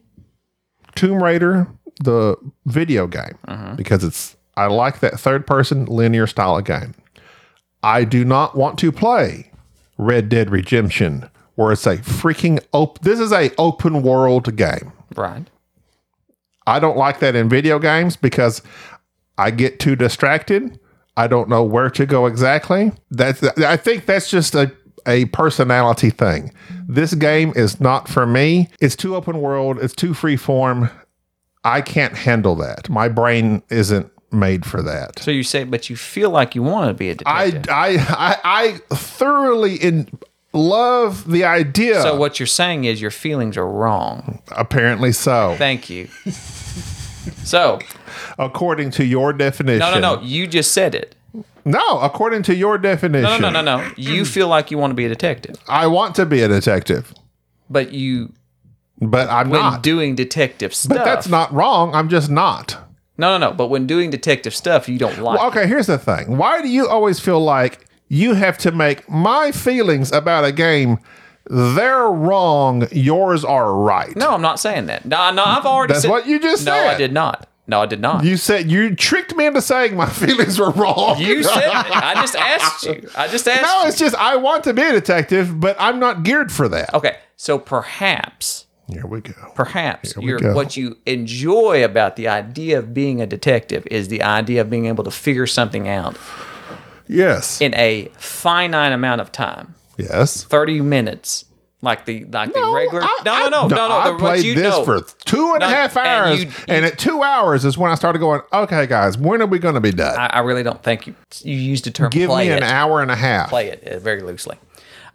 Tomb Raider, the video game,
Uh-huh.
because it's I like that third person linear style of game. I do not want to play Red Dead Redemption, where it's a freaking open. This is a open world game.
right.
I don't like that in video games because I get too distracted. I don't know where to go exactly. That's I think that's just a a personality thing. This game is not for me. It's too open world, it's too free form. I can't handle that. My brain isn't made for that.
So you say, but you feel like you want to be a
I,
detective.
I I I thoroughly in love the idea.
so what you're saying is your feelings are wrong.
apparently so.
Thank you. So
According to your definition.
no, no, no. You just said it.
No, according to your definition.
No, no, no, no, no. You feel like you want to be a detective,
I want to be a detective,
but you
but I'm
when
not.
doing detective stuff.
but that's not wrong. I'm just not.
No, no, no. But when doing detective stuff, you don't like.
Well, okay, here's the thing. Why do you always feel like you have to make my feelings about a game they're wrong, yours are right?
No, I'm not saying that. No, no, I've already.
That's
said,
what you just
no, I
said.
did not. No, I did not. You,
You said you tricked me into saying my feelings were wrong.
said it. I just asked you. I just asked.
No,
you.
it's just I want to be a detective, but I'm not geared for that.
okay. So perhaps,
Here we go.
perhaps
we
you're,
go.
what you enjoy about the idea of being a detective is the idea of being able to figure something out
Yes.
in a finite amount of time,
yes.
thirty minutes, like the like the regular.
I-
no,
I-
no, no, no, no.
I
the- what
played
you
this
know-
for two and a
No,
half
and
hours,
you-
and, at two hours is when I started going. Okay, guys, when are we going to be done?
I, I really don't think you you used the term
Give
play
me an
it.
hour and a half.
play it uh, very loosely.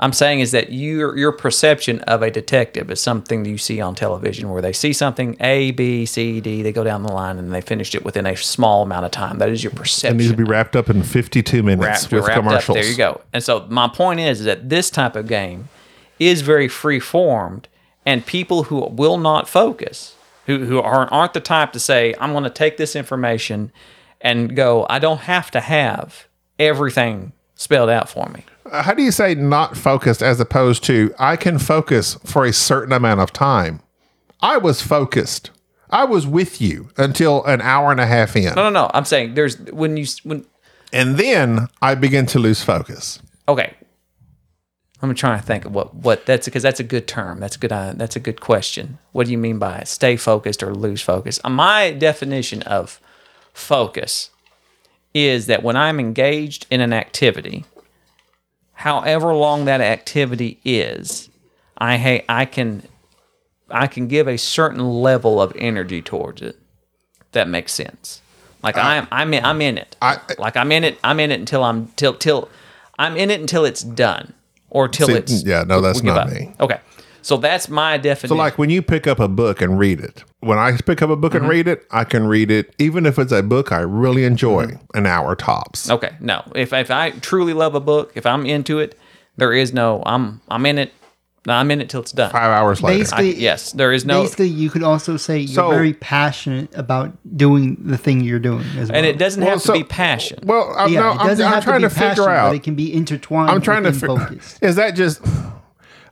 I'm saying is that your your perception of a detective is something that you see on television where they see something A B C D they go down the line and they finished it within a small amount of time. That is your
It
perception.
needs to be wrapped up in fifty-two minutes
Wrapped-
with
wrapped up.
commercials.
There you go. And so my point is that this type of game is very free formed, and people who will not focus, who who aren't aren't the type to say, "I'm going to take this information and go," I don't have to have everything spelled out for me.
Uh, How do you say not focused as opposed to I can focus for a certain amount of time? I was focused. I was with you until an hour and a half in.
No, no, no. I'm saying there's when you s- when
And then I begin to lose focus.
okay. I'm trying to think of what what that's because that's a good term. That's a good. Uh, that's a good question. What do you mean by stay focused or lose focus? Uh, My definition of focus is that when I'm engaged in an activity, however long that activity is, I ha- I can I can give a certain level of energy towards it. If that makes sense. Like I'm I'm in, I'm in it.
I-
like I'm in it. I'm in it until I'm till till I'm in it until it's done or till
See,
it's
yeah, no,
we-
that's
we give
not
up.
me.
Okay, so that's my definition.
So, like when you pick up a book and read it, when I pick up a book
Mm-hmm.
and read it, I can read it, even if it's a book I really enjoy,
Mm-hmm.
an hour tops.
Okay, no. If if I truly love a book, if I'm into it, there is no I'm I'm in it. I'm in it till it's done.
Five hours later.
I- yes, there is no.
Basically, you could also say you're
So-
very passionate about doing the thing you're doing as well.
And it doesn't
Well,
have
so-
to be passion.
well, I'm,
yeah,
no,
it doesn't
I'm, I'm
have
trying
to,
to,
be passion,
figure out.
but it can be intertwined.
I'm trying to
focus.
figure. Is that just?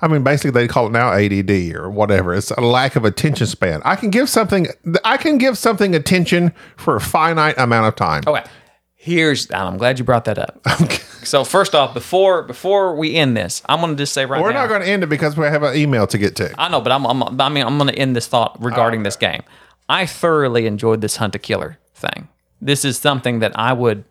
I mean, basically, they call it now ADD or whatever. It's a lack of attention span. I can give something. I can give something attention for a finite amount of time.
Okay. Here's I'm glad you brought that up. so first off, before before we end this, I'm gonna just say right
We're
now.
not going to end it because we have an email to get to.
I know, but I'm, I'm I mean I'm gonna end this thought regarding this game. I thoroughly enjoyed this hunt a killer thing. This is something that I would.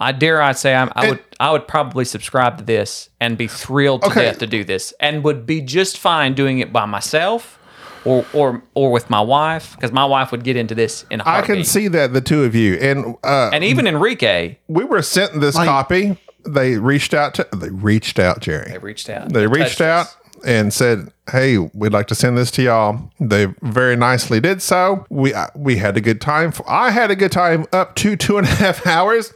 I dare I say I'm, I
And-
would I would probably subscribe to this and be thrilled to
Okay.
death to do this and would be just fine doing it by myself or or or with my wife because my wife would get into this in a
I
heartbeat.
can see that the two of you and uh,
and even Enrique
we were sent this copy. They reached out to. They reached out, Jerry.
they reached out.
they reached
touched us.
out and said, "Hey, we'd like to send this to y'all." They very nicely did so. We I- we had a good time. For, I had a good time up to two and a half hours.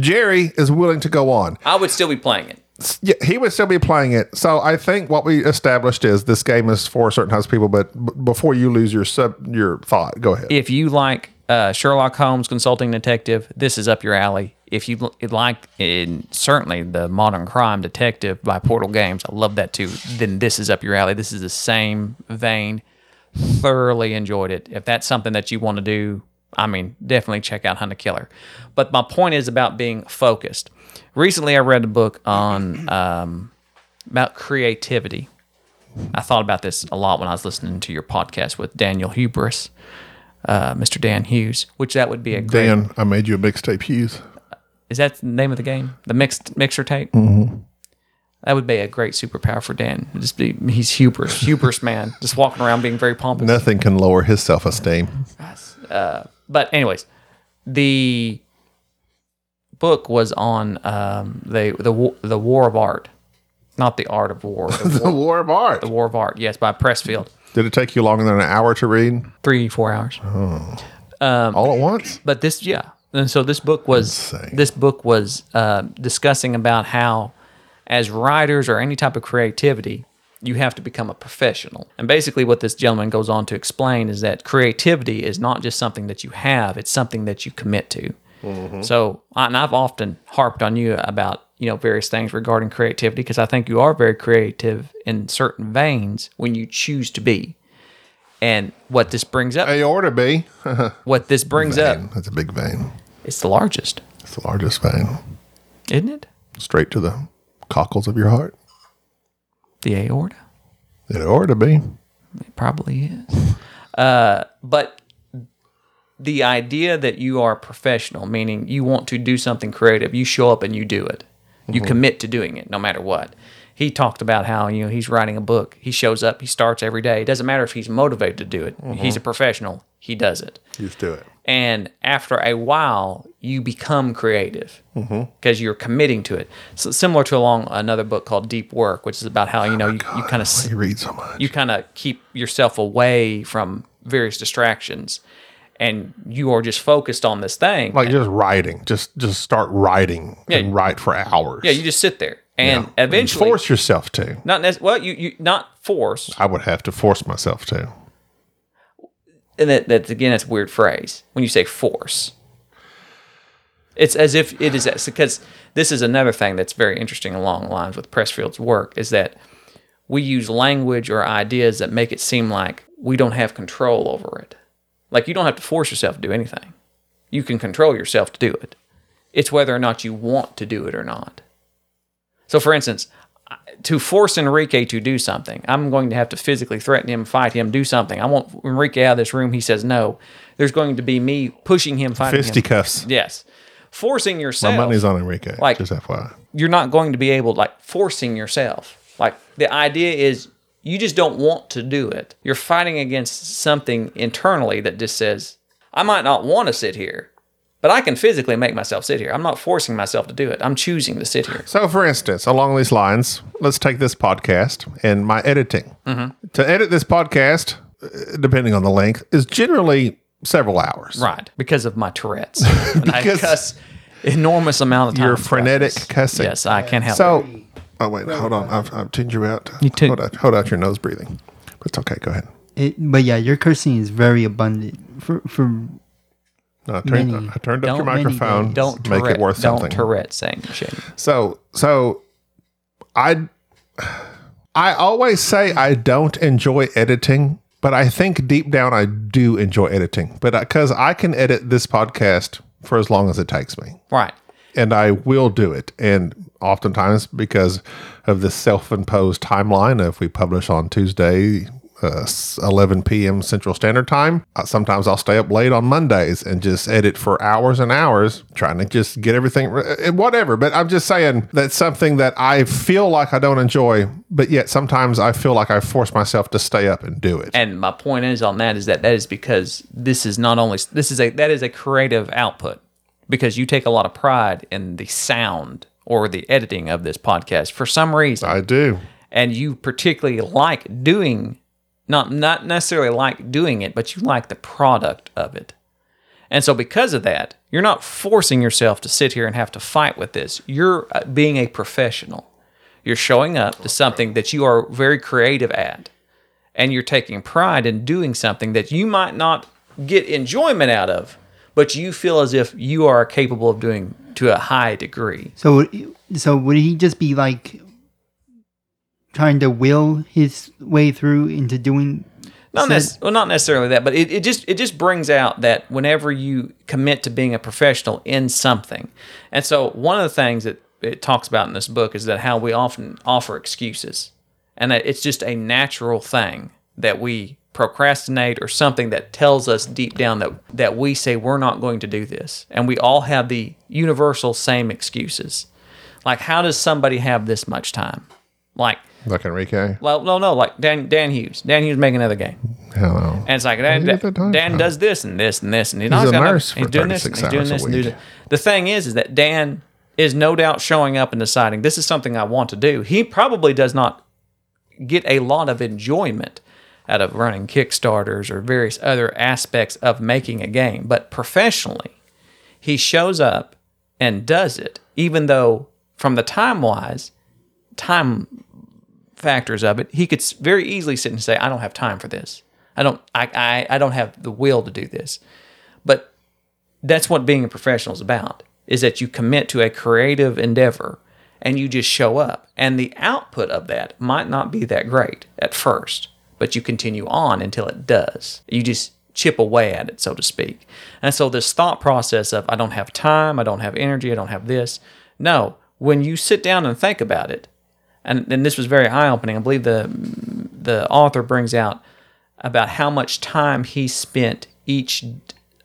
Jerry is willing to go on.
I would still be playing it.
S- Yeah, he would still be playing it. So I think what we established is this game is for certain types of people. But b- before you lose your sub your thought, go ahead.
if you like uh, Sherlock Holmes consulting detective, this is up your alley. If you l- like in, certainly the modern crime detective by Portal Games, I love that too. Then this is up your alley. This is the same vein. Thoroughly enjoyed it. If that's something that you want to do, I mean, definitely check out Hunt a Killer. But my point is about being focused. Recently, I read a book on um, about creativity. I thought about this a lot when I was listening to your podcast with Daniel Hubris uh, Mr. Dan Hughes, which that would be a great.
Dan, I made you a mixtape, Hughes.
Is that the name of the game? The mixed mixer tape. Mm-hmm. That would be a great superpower for Dan. It'd Just be he's hubris, hubris man, just walking around being very pompous.
Nothing can lower his self esteem.
But anyways, the book was on um, the the wa- the war of art, not the art of war. The
The War of Art.
war of art, yes, by Pressfield.
Did it take you longer than an hour to read
Three four hours. Um,
all at once?
but this yeah and so this book was
Insane.
this book was uh, discussing about how as writers or any type of creativity you have to become a professional and basically what this gentleman goes on to explain is that creativity is not just something that you have it's something that you commit to
Mm-hmm.
so and i've often harped on you about you know various things regarding creativity because i think you are very creative in certain veins when you choose to be and what this brings up
Aorta B.
what this brings up
That's a big vein.
it's the largest
It's the largest vein.
isn't it?
straight to the cockles of your heart.
The aorta.
It ought to be.
It probably is. Uh, but the idea that you are professional, meaning you want to do something creative, you show up and you do it. You commit to doing it no matter what. He talked about how, you know, he's writing a book. He shows up, he starts every day. It doesn't matter if he's motivated to do it. He's a professional. He does it.
Just do it.
and after a while you become creative because you're committing to it so similar to along another book called deep work which is about how you know you, you kind of
You read so much.
you kind of keep yourself away from various distractions and you are just focused on this thing
like just writing. Just just start writing
Yeah.
and write for hours.
yeah you just sit there and eventually
force yourself to.
not nec- well you, you not force
I would have to force myself to.
and that, that's again that's a weird phrase when you say force It's as if it is because this is another thing that's very interesting along the lines with Pressfield's work is that we use language or ideas that make it seem like we don't have control over it. Like you don't have to force yourself to do anything. You can control yourself to do it. It's whether or not you want to do it or not. So, for instance, I- to force Enrique to do something, I'm going to have to physically threaten him, fight him, do something. I want Enrique out of this room. He says no. There's going to be me pushing him, fighting him.
Fisticuffs.
Yes. Forcing
My
yourself
money's on Enrique.
Like-
just FYI.
you're not going to be able like forcing yourself. Like the idea is you just don't want to do it. You're fighting against something internally that just says, I might not want to sit here, but I can physically make myself sit here. I'm not forcing myself to do it. I'm choosing to sit here.
So, for instance, along these lines, let's take this podcast and my editing.
Mm-hmm.
To edit this podcast, uh, depending on the length, is generally several hours.
Right. Because of my Tourette's. And I
Because-
cuss enormous amount of time.
You're frenetic cussing.
Yes, I can't help it.
So, oh wait, hold on. I've, I've tuned you out. You
tuned-
Hold out, hold out your nose breathing. But it's okay. Go ahead.
It, but yeah, your cursing is very abundant. For, for
No, I turned,
Many.
I turned up your
Don't- many
microphone.
Don't
make it
Tourette-
worth
don't
something.
Tourette saying shit.
So so I I always say I don't enjoy editing, but I think deep down I do enjoy editing. But because I can edit this podcast for as long as it takes me,
Right.
and I will do it. And oftentimes because of the self-imposed timeline, if we publish on Tuesday. Uh, s- 11 p.m. Central Standard Time. Uh, sometimes I'll stay up late on Mondays and just edit for hours and hours, trying to just get everything, re- uh, whatever. But I'm just saying that's something that I feel like I don't enjoy, but yet sometimes I feel like I force myself to stay up and do it.
and my point is on that is that that is because this is not only this is a that is a creative output because you take a lot of pride in the sound or the editing of this podcast for some reason
I do.
and you particularly like doing not not necessarily like doing it but you like the product of it and so because of that you're not forcing yourself to sit here and have to fight with this you're uh, being a professional you're showing up to something that you are very creative at and you're taking pride in doing something that you might not get enjoyment out of but you feel as if you are capable of doing to a high degree
so so would he just be like trying to will his way through into doing?
not
Said-
nec- well, not necessarily that, but it, it just it just brings out that whenever you commit to being a professional in something, and so one of the things that it talks about in this book is that how we often offer excuses, and that it's just a natural thing that we procrastinate or something that tells us deep down that that we say we're not going to do this, and we all have the universal same excuses. Like, how does somebody have this much time? Like,
Like Enrique.
well, no, no, like Dan Dan Hughes. Dan Hughes making another game.
Hello.
And it's like Dan,
you get the time
Dan
from?
does this and this and this and he's, always
a
got another-
nurse
he's
for
doing this and
36
he's doing
hours a
this and doing
week.
that. The thing is, is that Dan is no doubt showing up and deciding this is something I want to do. He probably does not get a lot of enjoyment out of running Kickstarters or various other aspects of making a game, but professionally, he shows up and does it, even though from the time wise, time factors of it, he could s- very easily sit and say, "I don't have time for this. I don't. I, I, I don't have the will to do this." But that's what being a professional is about: is that you commit to a creative endeavor and you just show up, and the output of that might not be that great at first, but you continue on until it does. You just chip away at it, so to speak. And so this thought process of "I don't have time. I don't have energy. I don't have this." No, when you sit down and think about it, and, and this was very eye opening. I believe the the author brings out about how much time he spent each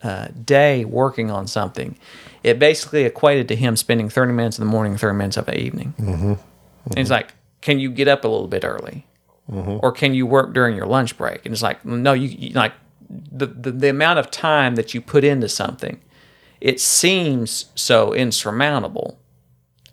uh, day working on something. It basically equated to him spending 30 minutes in the morning, 30 minutes of the evening. Mm-hmm. Mm-hmm. And he's like, "Can you get up a little bit early, or can you work during your lunch break?" And it's like, "No, you, you like the, the the amount of time that you put into something, it seems so insurmountable."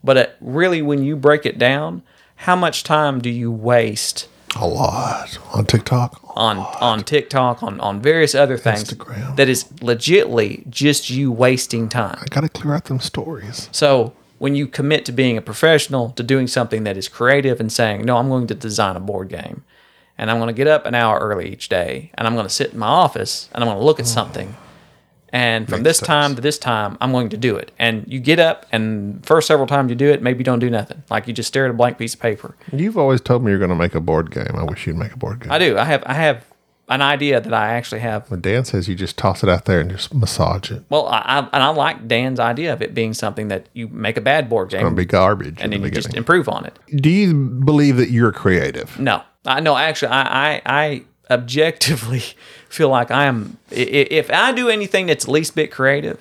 But it, really, when you break it down, how much time do you waste
A lot on TikTok.
on on TikTok, on on various other things
Instagram.
that is legitly just you wasting time?
I got to clear out them stories.
So when you commit to being a professional, to doing something that is creative and saying, no, I'm going to design a board game, and I'm going to get up an hour early each day, and I'm going to sit in my office and I'm going to look at something, And from this time to this time, I'm going to do it. And you get up, and first several times you do it, maybe you don't do nothing. Like you just stare at a blank piece of paper.
You've always told me you're going to make a board game. I wish you'd make a board game.
I do. I have. I have an idea that I actually have
But Dan says you just toss it out there and just massage it.
Well, I, I and I like Dan's idea of it being something that you make a bad board game
It'll be garbage in
and
the
then you just
beginning.
improve on it.
Do you believe that you're creative?
No, I no. Actually, I I, I objectively feel like I am. i- i- If I do anything that's the least bit creative,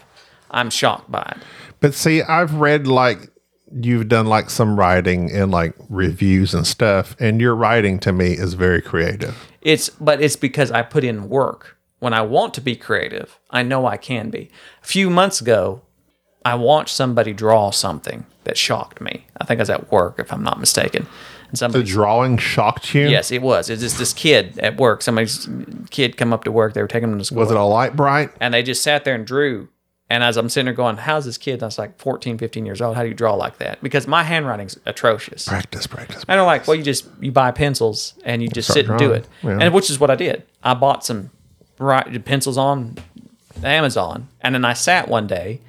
I'm shocked by it.
But see, I've read like you've done like some writing and like reviews and stuff, and your writing to me is very creative.
It's but it's because I put in work. When I want to be creative, I know I can be. A few months ago, I watched somebody draw something that shocked me. I think I was at work, if I'm not mistaken. And somebody
The drawing shocked you.
Yes, it was. It's just this kid at work. Somebody's kid come up to work. They were taking him to school.
Was it a light bright?
and they just sat there and drew. And as I'm sitting there going, how's this kid? I was like 14, 15 years old. How do you draw like that? Because my handwriting's atrocious.
Practice, practice.
And they're like, well, you just, you buy pencils and you just
Start
sit and do
drawing.
it.
Yeah.
And which is what I did. I bought some right, pencils on Amazon. And then I sat one day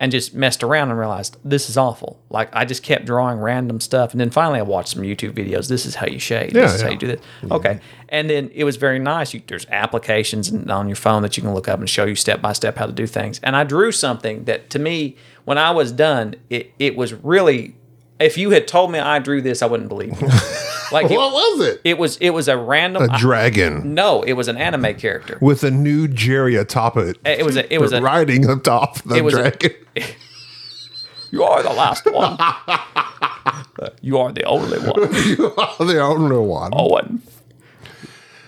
and just messed around and realized this is awful. Like I just kept drawing random stuff. And then finally I watched some YouTube videos. This is how you shade.
Yeah,
this is
yeah.
how you do this. Okay. And then it was very nice. You, there's applications and- on your phone that you can look up and show you step by step how to do things. And I drew something that to me, when I was done, it, it was really, if you had told me I drew this, I wouldn't believe you. like
What
it,
was it?
it was, it was a random.
A dragon
no, it was an anime character.
with a new Jerry atop it.
It was a, it was a,
riding atop the
It was a-
dragon.
you are the last one. you are the only one.
you are the only one.
Owen,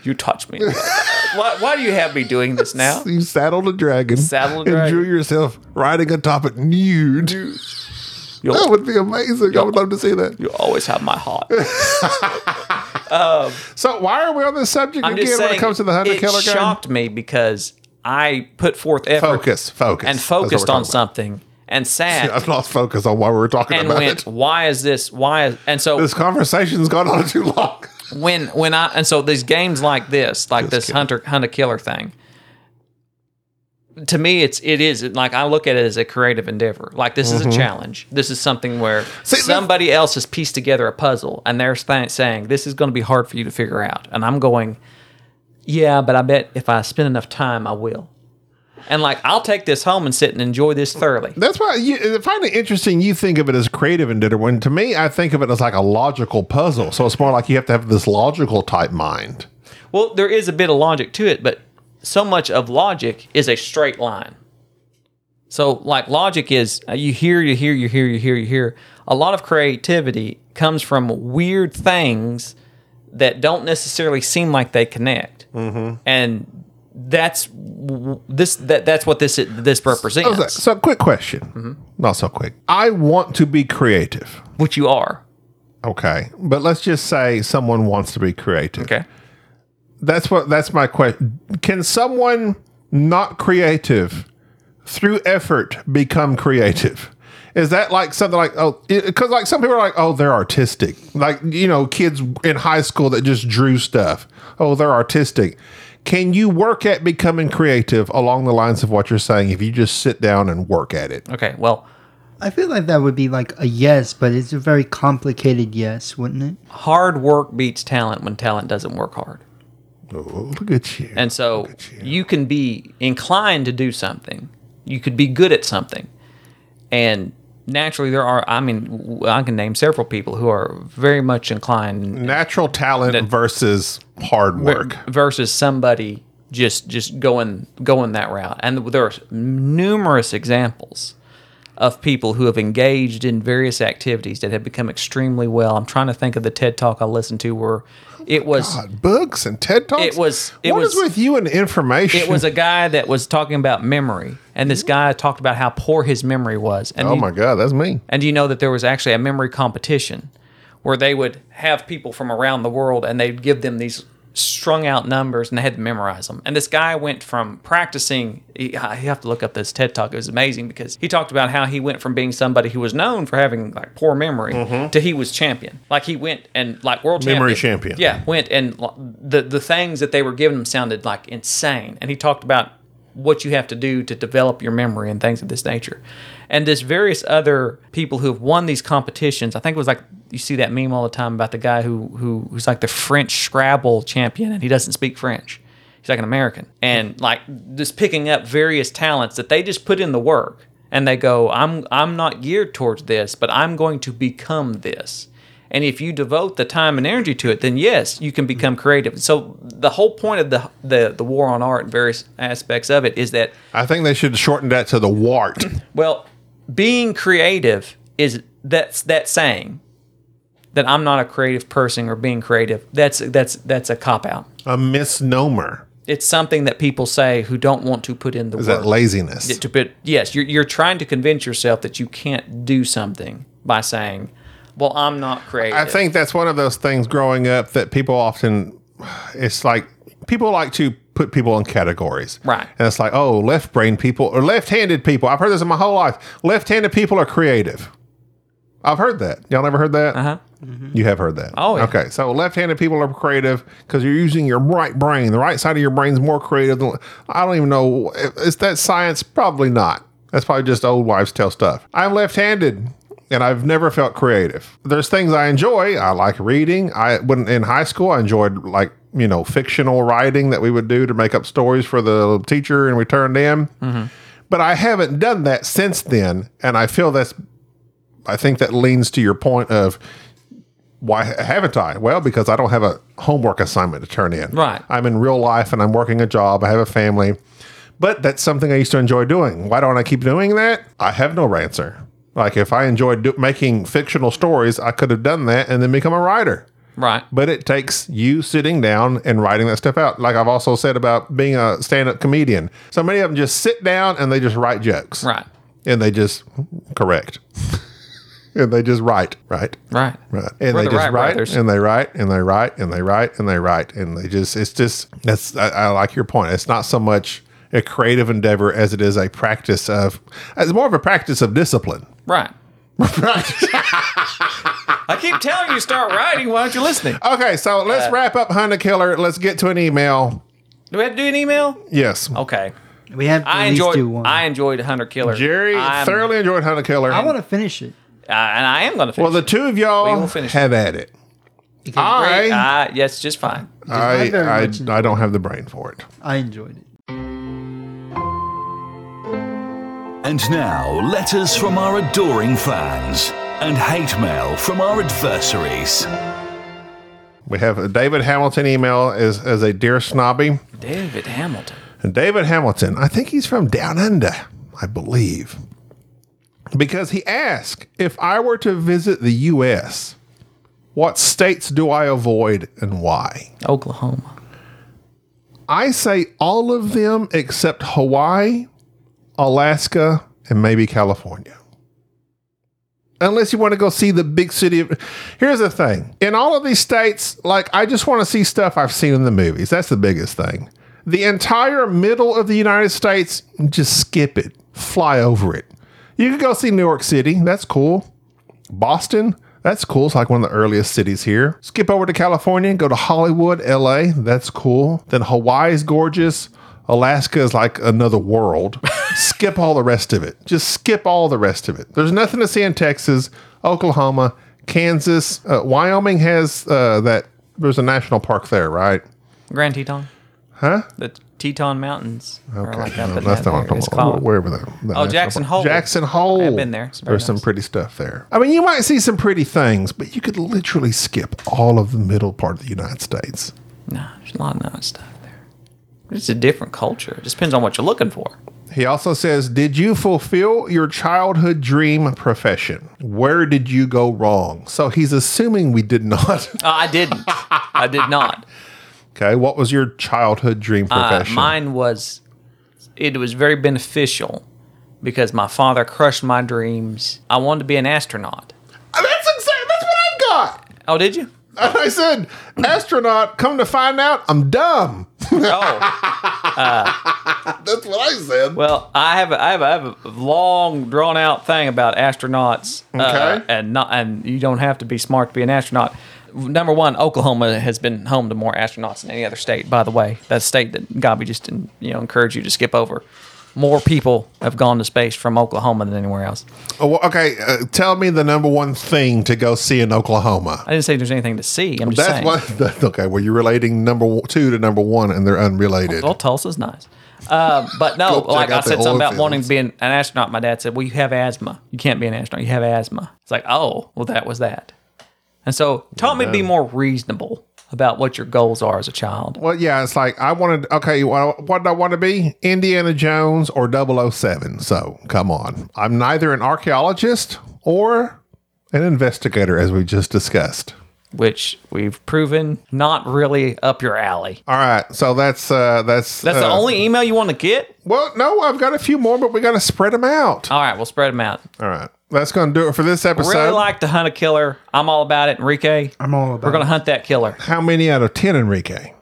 you touch me. why, why do you have me doing this now?
You saddled a dragon.
Saddled a
and
dragon.
drew yourself riding atop it nude.
You'll-
That would be amazing. I would love to see that.
You always have my heart.
So why are we on this subject
I'm
again
just
when
saying,
it comes to the hundred
it
killer game?
shocked me because I put forth effort
Focus, focus.
and
That's what we're
focused
talking
on
about.
something and sat
I've lost focus on why we were talking
and
about
went,
it.
why is this? Why is and so
This conversation's gone on too long.
when when I and so these games like this, like this
kidding.
hunter hunter killer thing. To me, it's it is like I look at it as a creative endeavor. Like this is a challenge. This is something where
Mm-hmm. See, this-
somebody else has pieced together a puzzle, and they're th- saying this is going to be hard for you to figure out. And I'm going, yeah, but I bet if I spend enough time, I will. And like I'll take this home and sit and enjoy this thoroughly.
That's why you I find it interesting. You think of it as creative and did it when to me, I think of it as like a logical puzzle. So it's more like you have to have this logical type mind.
Well, there is a bit of logic to it, but so much of logic is a straight line. So, like, logic is uh, you hear, you hear, you hear, you hear, you hear. A lot of creativity comes from weird things that don't necessarily seem like they connect, mm-hmm. and that's w- this that that's what this this represents,
So, so quick question. Not so quick. I want to be creative.
which you are.
Okay. But let's just say someone wants to be creative.
Okay,
That's what that's my question. Can someone not creative through effort become creative? Is that like something like oh because like some people are like oh they're artistic like you know kids in high school that just drew stuff oh they're artistic can you work at becoming creative along the lines of what you're saying if you just sit down and work at it
okay. Well,
I feel like that would be like a yes, but it's a very complicated yes, wouldn't it?
hard work beats talent when talent doesn't work hard.
oh, look at you
And so you can be inclined to do something. You could be good at something. And naturally, there are, I mean, w- I can name several people who are very much inclined
natural talent versus hard work
versus somebody just just going going that route. And there are numerous examples of people who have engaged in various activities that have become extremely well. I'm trying to think of the TED talk I listened to where it was
Oh God, books and TED talks.
It was- it
What is
was-
with you and information?
it was a guy that was talking about memory, and this guy talked about how poor his memory was. And
oh
you,
my god, that's me.
And you know that there was actually a memory competition where they would have people from around the world, and they'd give them these strung out numbers, and they had to memorize them. And this guy went from practicing. he- I you have to look up this TED talk. It was amazing because he talked about how he went from being somebody who was known for having like poor memory to he was champion. Like he went and like world
Mm-hmm. Memory champion.
Yeah, went and l- the the things that they were giving him sounded like insane. And he talked about what you have to do to develop your memory and things of this nature. And there's various other people who have won these competitions. I think it was like you see that meme all the time about the guy who, who who's like the French Scrabble champion and he doesn't speak French. He's like an American. And like just picking up various talents that they just put in the work and they go, I'm I'm not geared towards this, but I'm going to become this. And if you devote the time and energy to it, then yes, you can become creative. So the whole point of the the, the war on art and various aspects of it is that
I think they should shorten that to the wart.
well, being creative is that's that saying that I'm not a creative person or being creative. That's that's that's a cop out.
a misnomer.
It's something that people say who don't want to put in the
Is
work.
that laziness?
to put yes, you're you're trying to convince yourself that you can't do something by saying, "Well, I'm not creative."
I think that's one of those things growing up that people often, it's like people like to put people in categories.
Right.
And it's like, oh, left brain people or left handed people. I've heard this in my whole life. Left handed people are creative. I've heard that. Y'all never heard
Uh-huh.
that? Uh huh. You have heard that.
Oh, yeah.
Okay. So left handed people are creative because you're using your right brain. The right side of your brain's more creative than. I don't even know. Is that science? Probably not. That's probably just old wives' tale stuff. I'm left handed and I've never felt creative. There's things I enjoy. I like reading. I when in high school I enjoyed like you know fictional writing that we would do to make up stories for the teacher and we turned in.
Mm-hmm.
But I haven't done that since then, and I feel that's. I think that leans to your point of why haven't I? Well, because I don't have a homework assignment to turn in.
Right.
I'm in real life and I'm working a job. I have a family. But that's something I used to enjoy doing. Why don't I keep doing that? I have no answer. Like if I enjoyed do- making fictional stories, I could have done that and then become a writer.
right.
But it takes you sitting down and writing that stuff out. Like I've also said about being a stand-up comedian. So many of them just sit down and they just write jokes.
Right.
And they just correct. and they just write, right?
Right.
Right. And
We're
they
the
just
right
write
writers.
and they write and they write and they write and they write and they just it's just that's I, I like your point. It's not so much a creative endeavor as it is a practice of it's more of a practice of discipline.
Right.
Right.
I keep telling you to start writing. Why aren't you listening?
okay, so let's wrap up Honda Killer. Let's get to an email.
Do we have to do an email?
Yes.
Okay.
We have to
I
at least
enjoyed.
do one.
I enjoyed Hunter Killer.
Jerry
I'm-
thoroughly enjoyed Hunter Killer.
I want to finish it.
uh, and I am going to finish.
well, the two of
We
y'all
will finish
have at it.
it.
I,
Uh, yes, just fine.
I,
I very
I,
much
I don't have the brain for it.
I enjoyed it.
And now, letters from our adoring fans and hate mail from our adversaries.
We have a David Hamilton email as, as a dear snobby.
David Hamilton.
And David Hamilton, I think he's from Down Under, I believe. Because he asked if I were to visit the US, what states do I avoid and why?
Oklahoma.
I say all of them except Hawaii, Alaska, and maybe California. Unless you want to go see the big city. Of, here's the thing in all of these states, like I just want to see stuff I've seen in the movies. That's the biggest thing. The entire middle of the United States, just skip it, fly over it. You could go see New York City. That's cool. Boston. That's cool. It's like one of the earliest cities here. Skip over to California and go to Hollywood, LA. That's cool. Then Hawaii is gorgeous. Alaska is like another world. skip all the rest of it. Just skip all the rest of it. There's nothing to see in Texas, Oklahoma, Kansas. Uh, Wyoming has uh, that. There's a national park there, right?
Grand Teton.
Huh?
The Teton Mountains. Okay. Like that,
No,
but
that's
that-
not what I'm
it's
talking about.
called.
Wherever the, the
Oh, Jackson Hole.
Jackson Hole.
I've been there. It's very
There's some
nice.
pretty stuff there. I mean, you might see some pretty things, but you could literally skip all of the middle part of the United States.
Nah, there's a lot of nice stuff there. It's a different culture. It just depends on what you're looking for.
He also says, Did you fulfill your childhood dream profession? Where did you go wrong? So he's assuming we did not.
Uh, I didn't. I did not.
okay. What was your childhood dream
Uh,
profession?
mine was, it was very beneficial because my father crushed my dreams. I wanted to be an astronaut.
Uh, That's exactly that's what I've got.
Oh, did you?
And I said, astronaut, come to find out, I'm dumb.
Oh.
That's what I said.
Well, I have a, I have a, I have a long drawn out thing about astronauts, uh,
Okay.
and not and you don't have to be smart to be an astronaut. number one, Oklahoma has been home to more astronauts than any other state. By the way, that's a state that Gobby just didn't, you know encourage you to skip over. More people have gone to space from Oklahoma than anywhere else.
Oh, well, okay, uh, tell me the number one thing to go see in Oklahoma.
I didn't say there's anything to see. I'm just
That's what.
saying.
That, okay, well, you're relating number one- two to number one, and they're unrelated.
Well, Tulsa's nice. Uh, but no,
Go
like
check
I
out the
said something
oil
about wanting
fields.
to be an, an astronaut. My dad said, Well, you have asthma. You can't be an astronaut. You have asthma. It's like, Oh, well, that was that. And so taught me to be more reasonable about what your goals are as a child.
Well, yeah, it's like I wanted. Okay, well, what did I want to be? Indiana Jones or 007. So come on, I'm neither an archaeologist or an investigator, as we just discussed.
Which we've proven not really up your alley.
All right, so that's uh that's
That's the
uh,
only email you want to get?
Well, no, I've got a few more, but we got to spread them out.
All right, we'll spread them out.
All right, that's going to do it for this episode.
Uh, Really like to hunt a killer. I'm all about it, Enrique.
I'm all about.
We're going to hunt that killer.
How many out of ten, Enrique?
it.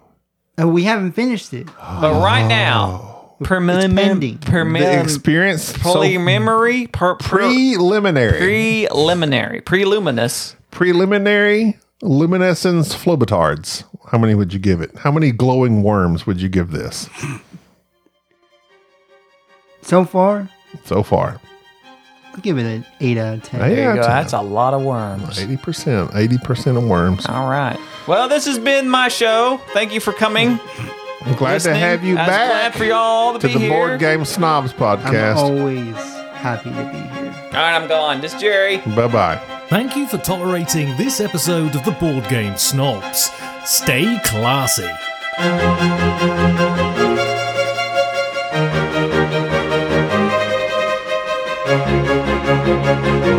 And we haven't finished it.
But right now,
pending.
prelimin-
Oh. The
permin-
experience so
preliminary per, pre,
preliminary,
preliminary preluminous
preliminary luminescence flobatards. How many would you give it? How many glowing worms would you give this
So far,
so far?
I'll give it an eight out of ten.
Hey,
there you go.
that's-
that's a lot of worms
Eighty percent, eighty percent of worms.
all right well this has been my show thank you for coming
I'm glad
listening.
to have you
I was
back
glad for y'all to,
to
be
the
here
Board Game Snobs
I'm
podcast.
always happy to be here.
all right i'm gone this is jerry
Bye bye.
Thank you for tolerating this episode of the Board Game Snobs. Stay classy.
Thank